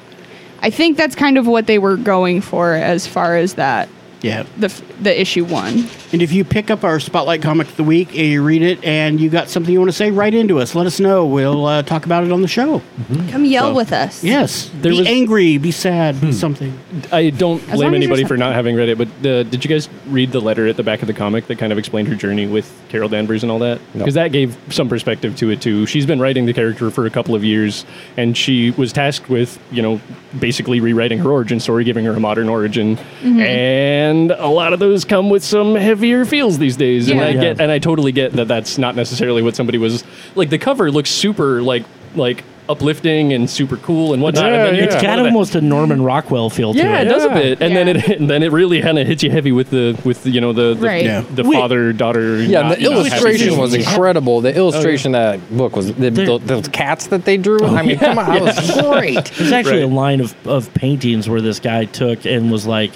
Speaker 5: I think that's kind of what they were going for as far as that
Speaker 1: Yeah.
Speaker 5: the f- the issue one.
Speaker 1: And if you pick up our Spotlight comic of the week and you read it and you got something you want to say, write into us. Let us know. We'll uh, talk about it on the show.
Speaker 2: Mm-hmm.
Speaker 5: Come yell
Speaker 1: So-
Speaker 5: with us.
Speaker 1: Yes.
Speaker 7: There
Speaker 1: be
Speaker 7: was-
Speaker 1: angry, be sad,
Speaker 2: Hmm.
Speaker 1: be something.
Speaker 7: I don't
Speaker 5: As long
Speaker 7: blame
Speaker 5: as
Speaker 7: anybody
Speaker 5: you're-
Speaker 7: for not having read it, but uh, did you guys read the letter at the back of the comic that kind of explained her journey with Carol Danvers and all that? Because that gave some perspective to it too. She's been writing the character for a couple of years, and she was tasked with, you know, basically rewriting her origin story, giving her a modern origin,
Speaker 5: Mm-hmm.
Speaker 2: Mhm.
Speaker 7: and a lot of those come with some heavier feels these days. And
Speaker 2: Yeah.
Speaker 7: I
Speaker 2: Yeah.
Speaker 7: get, and I totally get that that's not necessarily what somebody was like. The cover looks super like like uplifting and super cool and whatnot. and then you
Speaker 2: it's
Speaker 7: get
Speaker 2: got
Speaker 7: one of the-
Speaker 2: almost a Norman Rockwell feel to it.
Speaker 7: yeah, it does a bit, and then it and then it really kind of hits you heavy with the with the, you know the the,
Speaker 13: Right. Yeah.
Speaker 7: the father daughter.
Speaker 13: Yeah, the illustration was incredible. The illustration of that book was the,
Speaker 2: Oh, There-
Speaker 13: the, those cats that they drew. I mean, come on, that was great.
Speaker 2: There's actually a line of, of paintings where this guy took and was like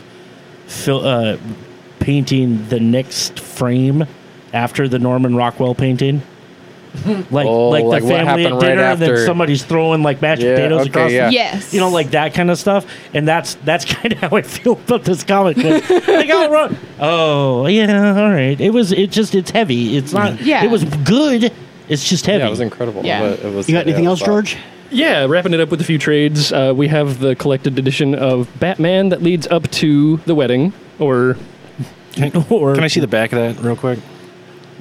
Speaker 2: fil- uh, painting the next frame after the Norman Rockwell painting. Like,
Speaker 13: Oh,
Speaker 2: like the
Speaker 13: like what
Speaker 2: family at
Speaker 13: happened right
Speaker 2: dinner, and then
Speaker 13: after.
Speaker 2: somebody's throwing like mashed
Speaker 13: Yeah,
Speaker 2: potatoes
Speaker 13: okay,
Speaker 2: across. the-
Speaker 13: yeah.
Speaker 5: Yes.
Speaker 2: you know, like that kind of stuff. And that's that's kind of how I feel about this comic. book. they got it wrong. Oh yeah, all right. It was. It just. It's heavy. It's not.
Speaker 7: Yeah.
Speaker 2: It was good. It's just heavy.
Speaker 13: Yeah, it was incredible.
Speaker 2: Yeah.
Speaker 13: but it was-
Speaker 2: You got anything
Speaker 13: yeah,
Speaker 2: else,
Speaker 13: but-
Speaker 2: George?
Speaker 7: Yeah, wrapping it up with a few trades. Uh, we have the collected edition of Batman that leads up to the wedding, or or
Speaker 4: Can I see the back of that real quick?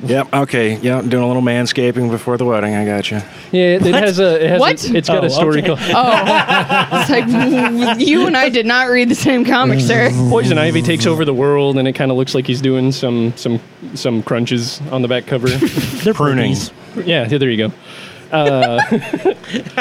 Speaker 4: Yep. Okay. Yeah. Doing a little manscaping before the wedding. I got you.
Speaker 7: yeah, it has a it has
Speaker 5: What?
Speaker 7: A, it's got
Speaker 5: Oh,
Speaker 7: a story
Speaker 5: okay.
Speaker 7: called
Speaker 5: It's like you and I did not read the same comic,
Speaker 7: Mm.
Speaker 5: sir.
Speaker 2: Mm.
Speaker 7: Poison Ivy takes over the world, and it kind of looks like he's doing some some some crunches on the back cover.
Speaker 2: They're pruning.
Speaker 7: Yeah, yeah, there you go. Uh,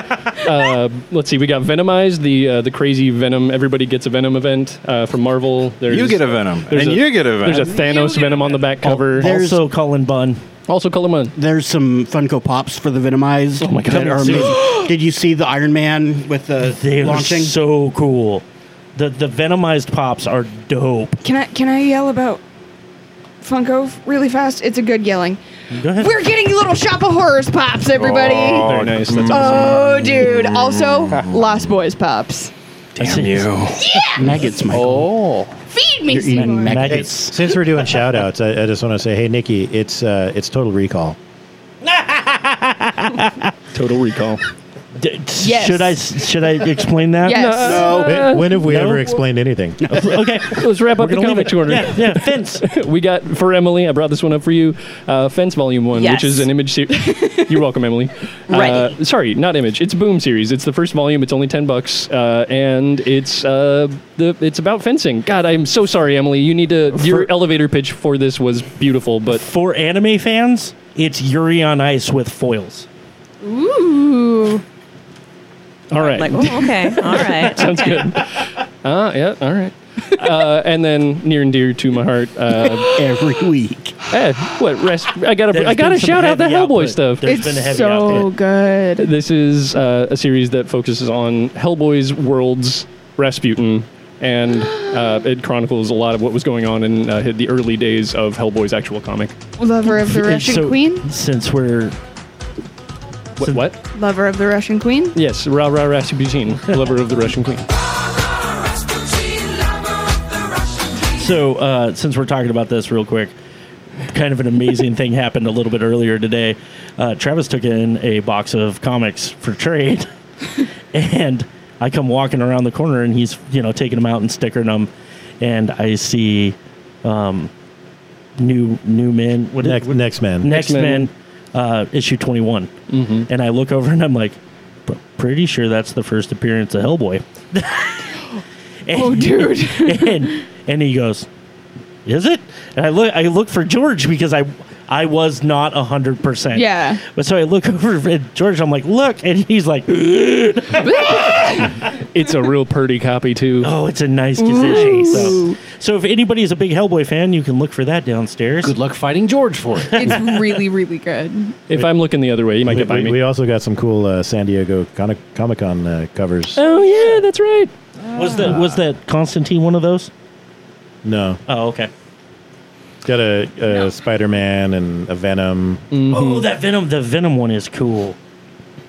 Speaker 7: uh, let's see. We got Venomized, the uh, the crazy Venom. Everybody gets a Venom event uh, from Marvel. There's,
Speaker 4: You get a Venom,
Speaker 7: there's
Speaker 4: and you get a Venom.
Speaker 7: There's a Thanos Venom on the back cover.
Speaker 2: also Cullen Bunn.
Speaker 7: Also Cullen Bunn.
Speaker 1: There's some Funko Pops for the Venomized. Oh my
Speaker 2: God.
Speaker 1: That are amazing. Did you see the Iron Man with the
Speaker 2: They
Speaker 1: launching?
Speaker 2: are so cool. The the venomized pops are dope.
Speaker 5: Can I can I yell about Funko f- really fast? It's a good yelling.
Speaker 2: Go ahead.
Speaker 5: We're getting little shop of horrors pops, everybody.
Speaker 2: Oh,
Speaker 5: Oh,
Speaker 2: Very nice. Mm. That's
Speaker 5: Oh, dude. Also, Lost Boys pops.
Speaker 2: Damn
Speaker 11: you.
Speaker 1: Maggots,
Speaker 13: Michael. Oh.
Speaker 5: Feed me,
Speaker 11: You're eating
Speaker 5: Seymour.
Speaker 11: maggots. Since we're doing shout outs, I, I just want to say, hey, Nikki, it's uh, it's Total Recall.
Speaker 7: Total Recall.
Speaker 2: Yes. Should I should I explain that?
Speaker 11: Yes.
Speaker 7: No.
Speaker 11: When, when have we
Speaker 7: No?
Speaker 11: ever explained anything?
Speaker 2: okay,
Speaker 7: let's wrap
Speaker 2: We're
Speaker 7: up the
Speaker 2: gonna leave
Speaker 7: comic
Speaker 2: it.
Speaker 7: corner.
Speaker 2: Yeah, yeah, Fence.
Speaker 7: we got for Emily. I brought this one up for you. Uh, Fence Volume One,
Speaker 2: Yes.
Speaker 7: which is an image series. You're welcome, Emily.
Speaker 2: Right.
Speaker 7: Uh, sorry, not image. It's Boom series. It's the first volume. It's only ten bucks, uh, and it's uh, the it's about fencing. God, I'm so sorry, Emily. You need to. your elevator pitch for this was beautiful, but
Speaker 2: for anime fans, it's Yuri on Ice with foils.
Speaker 5: Ooh.
Speaker 7: all right.
Speaker 10: Like, oh, okay, all right.
Speaker 7: Sounds good. Uh, yeah, all right. uh, and then near and dear to my heart uh,
Speaker 1: every week.
Speaker 7: Eh, what rest? I gotta
Speaker 2: There's
Speaker 7: I gotta
Speaker 2: been some
Speaker 7: shout out the
Speaker 2: heavy
Speaker 7: Hellboy
Speaker 2: output.
Speaker 7: stuff.
Speaker 2: There's It's been a heavy so output.
Speaker 5: good.
Speaker 7: This is uh, a series that focuses on Hellboy's worlds, Rasputin, and uh, it chronicles a lot of what was going on in uh, the early days of Hellboy's actual comic.
Speaker 12: Lover of the
Speaker 7: And
Speaker 12: Russian
Speaker 7: so-
Speaker 12: Queen.
Speaker 2: Since we're
Speaker 7: What? what?
Speaker 12: Lover of the Russian Queen.
Speaker 7: Yes, Ra Ra Rasputin, lover of the Russian queen.
Speaker 2: So, uh, since we're talking about this real quick, kind of an amazing thing happened a little bit earlier today. Uh, Travis took in a box of comics for trade, and I come walking around the corner, and he's you know taking them out and sticking them, and I see um, new new men. What
Speaker 11: Next- next men.
Speaker 2: Next,
Speaker 11: Next
Speaker 2: men.
Speaker 11: Men.
Speaker 2: Uh, issue twenty and I look over and I'm like, "P- pretty sure that's the first appearance of Hellboy.
Speaker 5: Oh, dude.
Speaker 2: and, and he goes, "Is it?" And I look. I look for George because I, I was not hundred percent.
Speaker 5: Yeah.
Speaker 2: But so I look over at George. I'm like, "Look," and he's like,
Speaker 7: "It's a real purdy copy too."
Speaker 2: Oh, it's a nice gazette. So, so if anybody is a big Hellboy fan, you can look for that downstairs. Good
Speaker 6: luck fighting George for it.
Speaker 5: It's really, really good.
Speaker 7: If I'm looking the other way, you might
Speaker 11: we,
Speaker 7: get by
Speaker 11: we,
Speaker 7: me.
Speaker 11: we also got some cool uh, San Diego Comic Con uh, covers.
Speaker 7: Oh yeah, that's right.
Speaker 5: Ah.
Speaker 2: Was that was that Constantine one of those?
Speaker 11: No,
Speaker 2: Oh, okay.
Speaker 11: it's got a, a Spider Man and a Venom.
Speaker 7: Mm-hmm.
Speaker 2: Oh, that Venom. The Venom one is cool.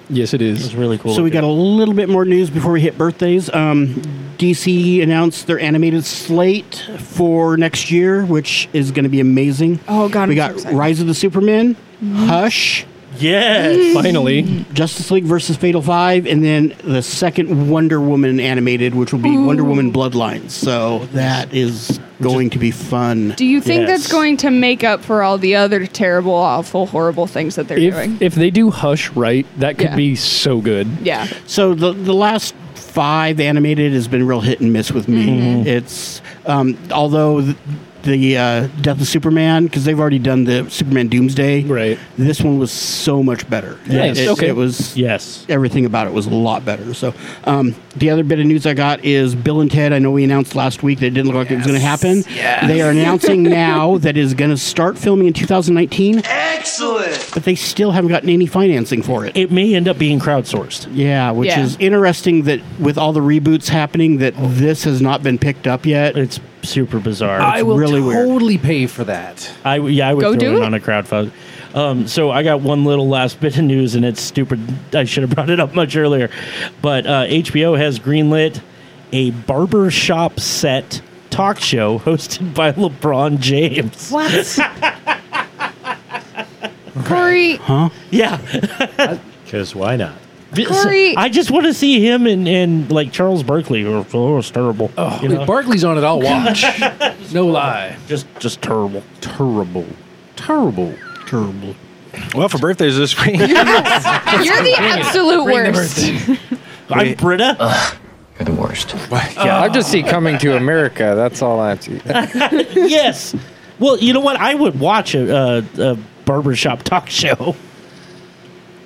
Speaker 7: Yes, it is.
Speaker 2: It's really cool.
Speaker 1: So we
Speaker 2: looking.
Speaker 1: got a little bit more news before we hit birthdays. Um, DC announced their animated slate for next year, which is going to be amazing.
Speaker 5: Oh God,
Speaker 1: we
Speaker 5: I'm so
Speaker 1: got
Speaker 5: excited. Mm-hmm.
Speaker 1: Rise of the Superman, Hush,
Speaker 2: Yes, finally.
Speaker 1: Justice League versus Fatal Five, and then the second Wonder Woman animated, which will be
Speaker 5: Oh.
Speaker 1: Wonder Woman Bloodlines. So that is going to be fun.
Speaker 5: Do you think that's going to make up for all the other terrible, awful, horrible things that they're doing?
Speaker 7: If if they do Hush right, that could
Speaker 5: Yeah.
Speaker 7: be so good.
Speaker 5: Yeah.
Speaker 1: So the the last five animated has been real hit and miss with me.
Speaker 5: Mm-hmm.
Speaker 7: Mm-hmm.
Speaker 1: It's um, although the, the uh, Death of Superman because they've already done the Superman Doomsday. Right. This one was so much better.
Speaker 2: Yes.
Speaker 1: It, it-
Speaker 2: Okay.
Speaker 1: It was
Speaker 2: yes.
Speaker 1: Everything about it was a lot better. So um, the other bit of news I got is Bill and Ted. I know we announced last week that it didn't look like it was going to happen.
Speaker 14: Yes.
Speaker 1: They are announcing now that it is going to start filming in 2019.
Speaker 14: Excellent.
Speaker 1: But they still haven't gotten any financing for it.
Speaker 2: It may end up being crowdsourced.
Speaker 1: Yeah, which
Speaker 2: Yeah.
Speaker 1: is interesting that with all the reboots happening, that this has not been picked up yet.
Speaker 2: It's super bizarre.
Speaker 6: I
Speaker 1: It's
Speaker 6: will
Speaker 1: really weird.
Speaker 6: totally pay for that.
Speaker 2: I yeah, I would
Speaker 6: Go
Speaker 2: throw
Speaker 6: do
Speaker 2: it,
Speaker 6: it.
Speaker 2: on a crowdfund. Um, so I got one little last bit of news, and it's stupid. I should have brought it up much earlier, but uh, HBO has greenlit a barbershop set talk show hosted by LeBron James.
Speaker 12: What?
Speaker 5: Corey,
Speaker 1: Huh?
Speaker 2: Yeah.
Speaker 11: Because why not?
Speaker 5: Corey-
Speaker 2: I just want to see him and, and like Charles Barkley or oh, it's terrible. you know?
Speaker 6: Barkley's on it. I'll watch. no lie.
Speaker 2: Just just terrible.
Speaker 6: Terrible. Terrible.
Speaker 1: Terrible.
Speaker 4: Well, for birthdays this week.
Speaker 5: you're the absolute worst.
Speaker 2: I'm Britta.
Speaker 13: You're the worst. I just see coming to America. That's all I see.
Speaker 2: yes. Well, you know what? I would watch a, a, a barbershop talk show.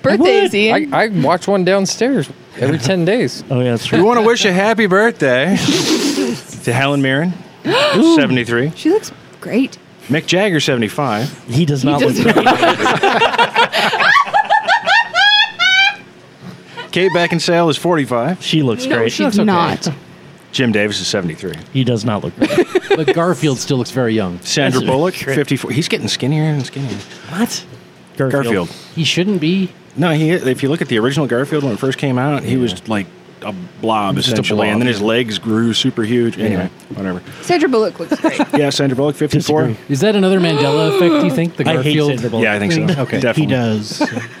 Speaker 5: Birthdays,
Speaker 13: I,
Speaker 5: Ian.
Speaker 13: I watch one downstairs every 10 days.
Speaker 2: Oh, yeah, that's
Speaker 4: We want to wish a happy birthday to Helen Mirren,
Speaker 5: Ooh.
Speaker 4: 73.
Speaker 5: She looks great.
Speaker 4: Mick Jagger, 75.
Speaker 2: He does
Speaker 5: He
Speaker 2: not
Speaker 5: does
Speaker 2: look
Speaker 5: not-
Speaker 4: Kate Beckinsale is 45.
Speaker 2: She looks
Speaker 5: No, great. she's not.
Speaker 4: Jim Davis is 73.
Speaker 2: He does not look
Speaker 6: But Garfield still looks very young.
Speaker 4: Sandra Bullock, 54. He's getting skinnier and skinnier.
Speaker 2: What?
Speaker 4: Garfield.
Speaker 6: He shouldn't be.
Speaker 4: No, he. If you look at the original Garfield when it first came out, he was like a blob
Speaker 6: Just a
Speaker 4: essentially,
Speaker 6: blob.
Speaker 4: and then his legs grew super huge. Anyway, whatever.
Speaker 5: Sandra Bullock looks great.
Speaker 4: Yeah, Sandra Bullock, 54.
Speaker 6: Is that another Mandela effect, do you think? The
Speaker 4: I hate
Speaker 6: Garfield?
Speaker 4: Sandra Bullock. Yeah, I think so.
Speaker 6: thing? Okay.
Speaker 4: Definitely. He
Speaker 1: does.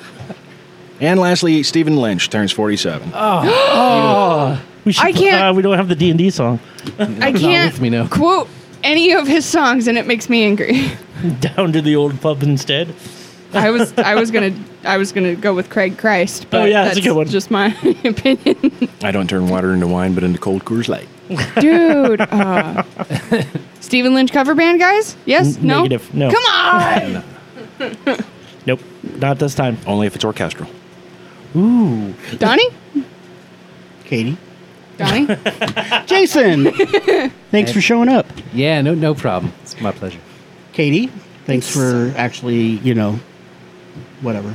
Speaker 4: And lastly, Stephen Lynch turns 47.
Speaker 2: Oh, we should
Speaker 5: I
Speaker 2: put-
Speaker 5: can't-
Speaker 2: Uh, we don't have the D and D song.
Speaker 5: I can't quote any of his songs, and it makes me angry.
Speaker 2: Down to the old pub instead.
Speaker 5: I was I was gonna I was gonna go with Craig Christ, but
Speaker 2: Oh, yeah, that's a good one.
Speaker 5: Just my opinion,
Speaker 4: I don't turn water into wine, but into cold Coors Light.
Speaker 5: dude. Uh, Stephen Lynch cover band guys? Yes?
Speaker 2: N-
Speaker 5: no?
Speaker 2: negative. No.
Speaker 5: Come on.
Speaker 2: Nope, not this time.
Speaker 4: Only if it's orchestral.
Speaker 2: Ooh,
Speaker 5: Donnie?
Speaker 1: Katie.
Speaker 5: Donnie?
Speaker 1: Jason, thanks for showing up.
Speaker 6: Yeah, no, no problem. It's my pleasure.
Speaker 1: Katie, thanks for actually, you know, whatever.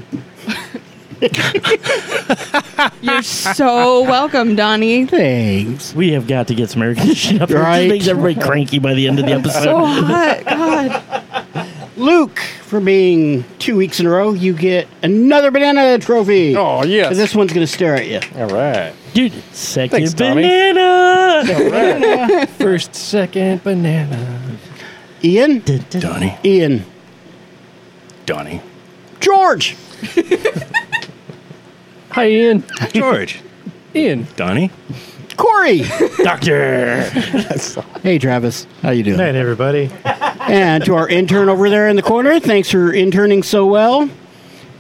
Speaker 5: You're so welcome, Donnie.
Speaker 1: Thanks.
Speaker 2: We have got to get some air conditioning up here. It just
Speaker 1: Right.
Speaker 2: makes everybody cranky by the end of the episode.
Speaker 5: So hot. God.
Speaker 1: Luke, for being two weeks in a row, you get another banana trophy. Oh, yes. And this one's going to stare at you.
Speaker 4: All right.
Speaker 2: Dude, second
Speaker 1: Thanks, Tommy.
Speaker 2: banana.
Speaker 6: First, second banana.
Speaker 1: Ian?
Speaker 4: Donnie.
Speaker 1: Ian.
Speaker 4: Donnie.
Speaker 1: George.
Speaker 7: Hi, Ian.
Speaker 4: George.
Speaker 7: Ian.
Speaker 4: Donnie.
Speaker 1: Corey.
Speaker 2: Doctor.
Speaker 1: hey, Travis. How you doing?
Speaker 11: Night, everybody.
Speaker 1: and to our intern over there in the corner, thanks for interning so well.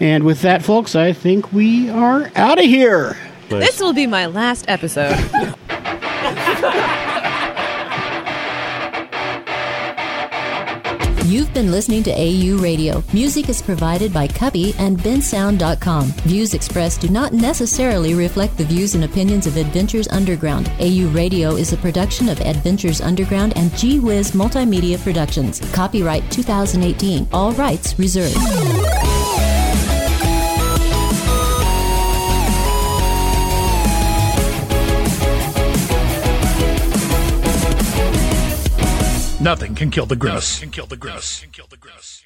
Speaker 1: And with that, folks, I think we are out of here.
Speaker 10: This will be my last episode.
Speaker 14: You've been listening to AU Radio. Music is provided by Cubby and bensound.com. Views expressed do not necessarily reflect the views and opinions of Adventures Underground. AU Radio is a production of Adventures Underground and G Wiz Multimedia Productions. Copyright 2018. All rights reserved.
Speaker 15: Nothing can kill the grimace. Can kill the grimace. Can kill the grimace.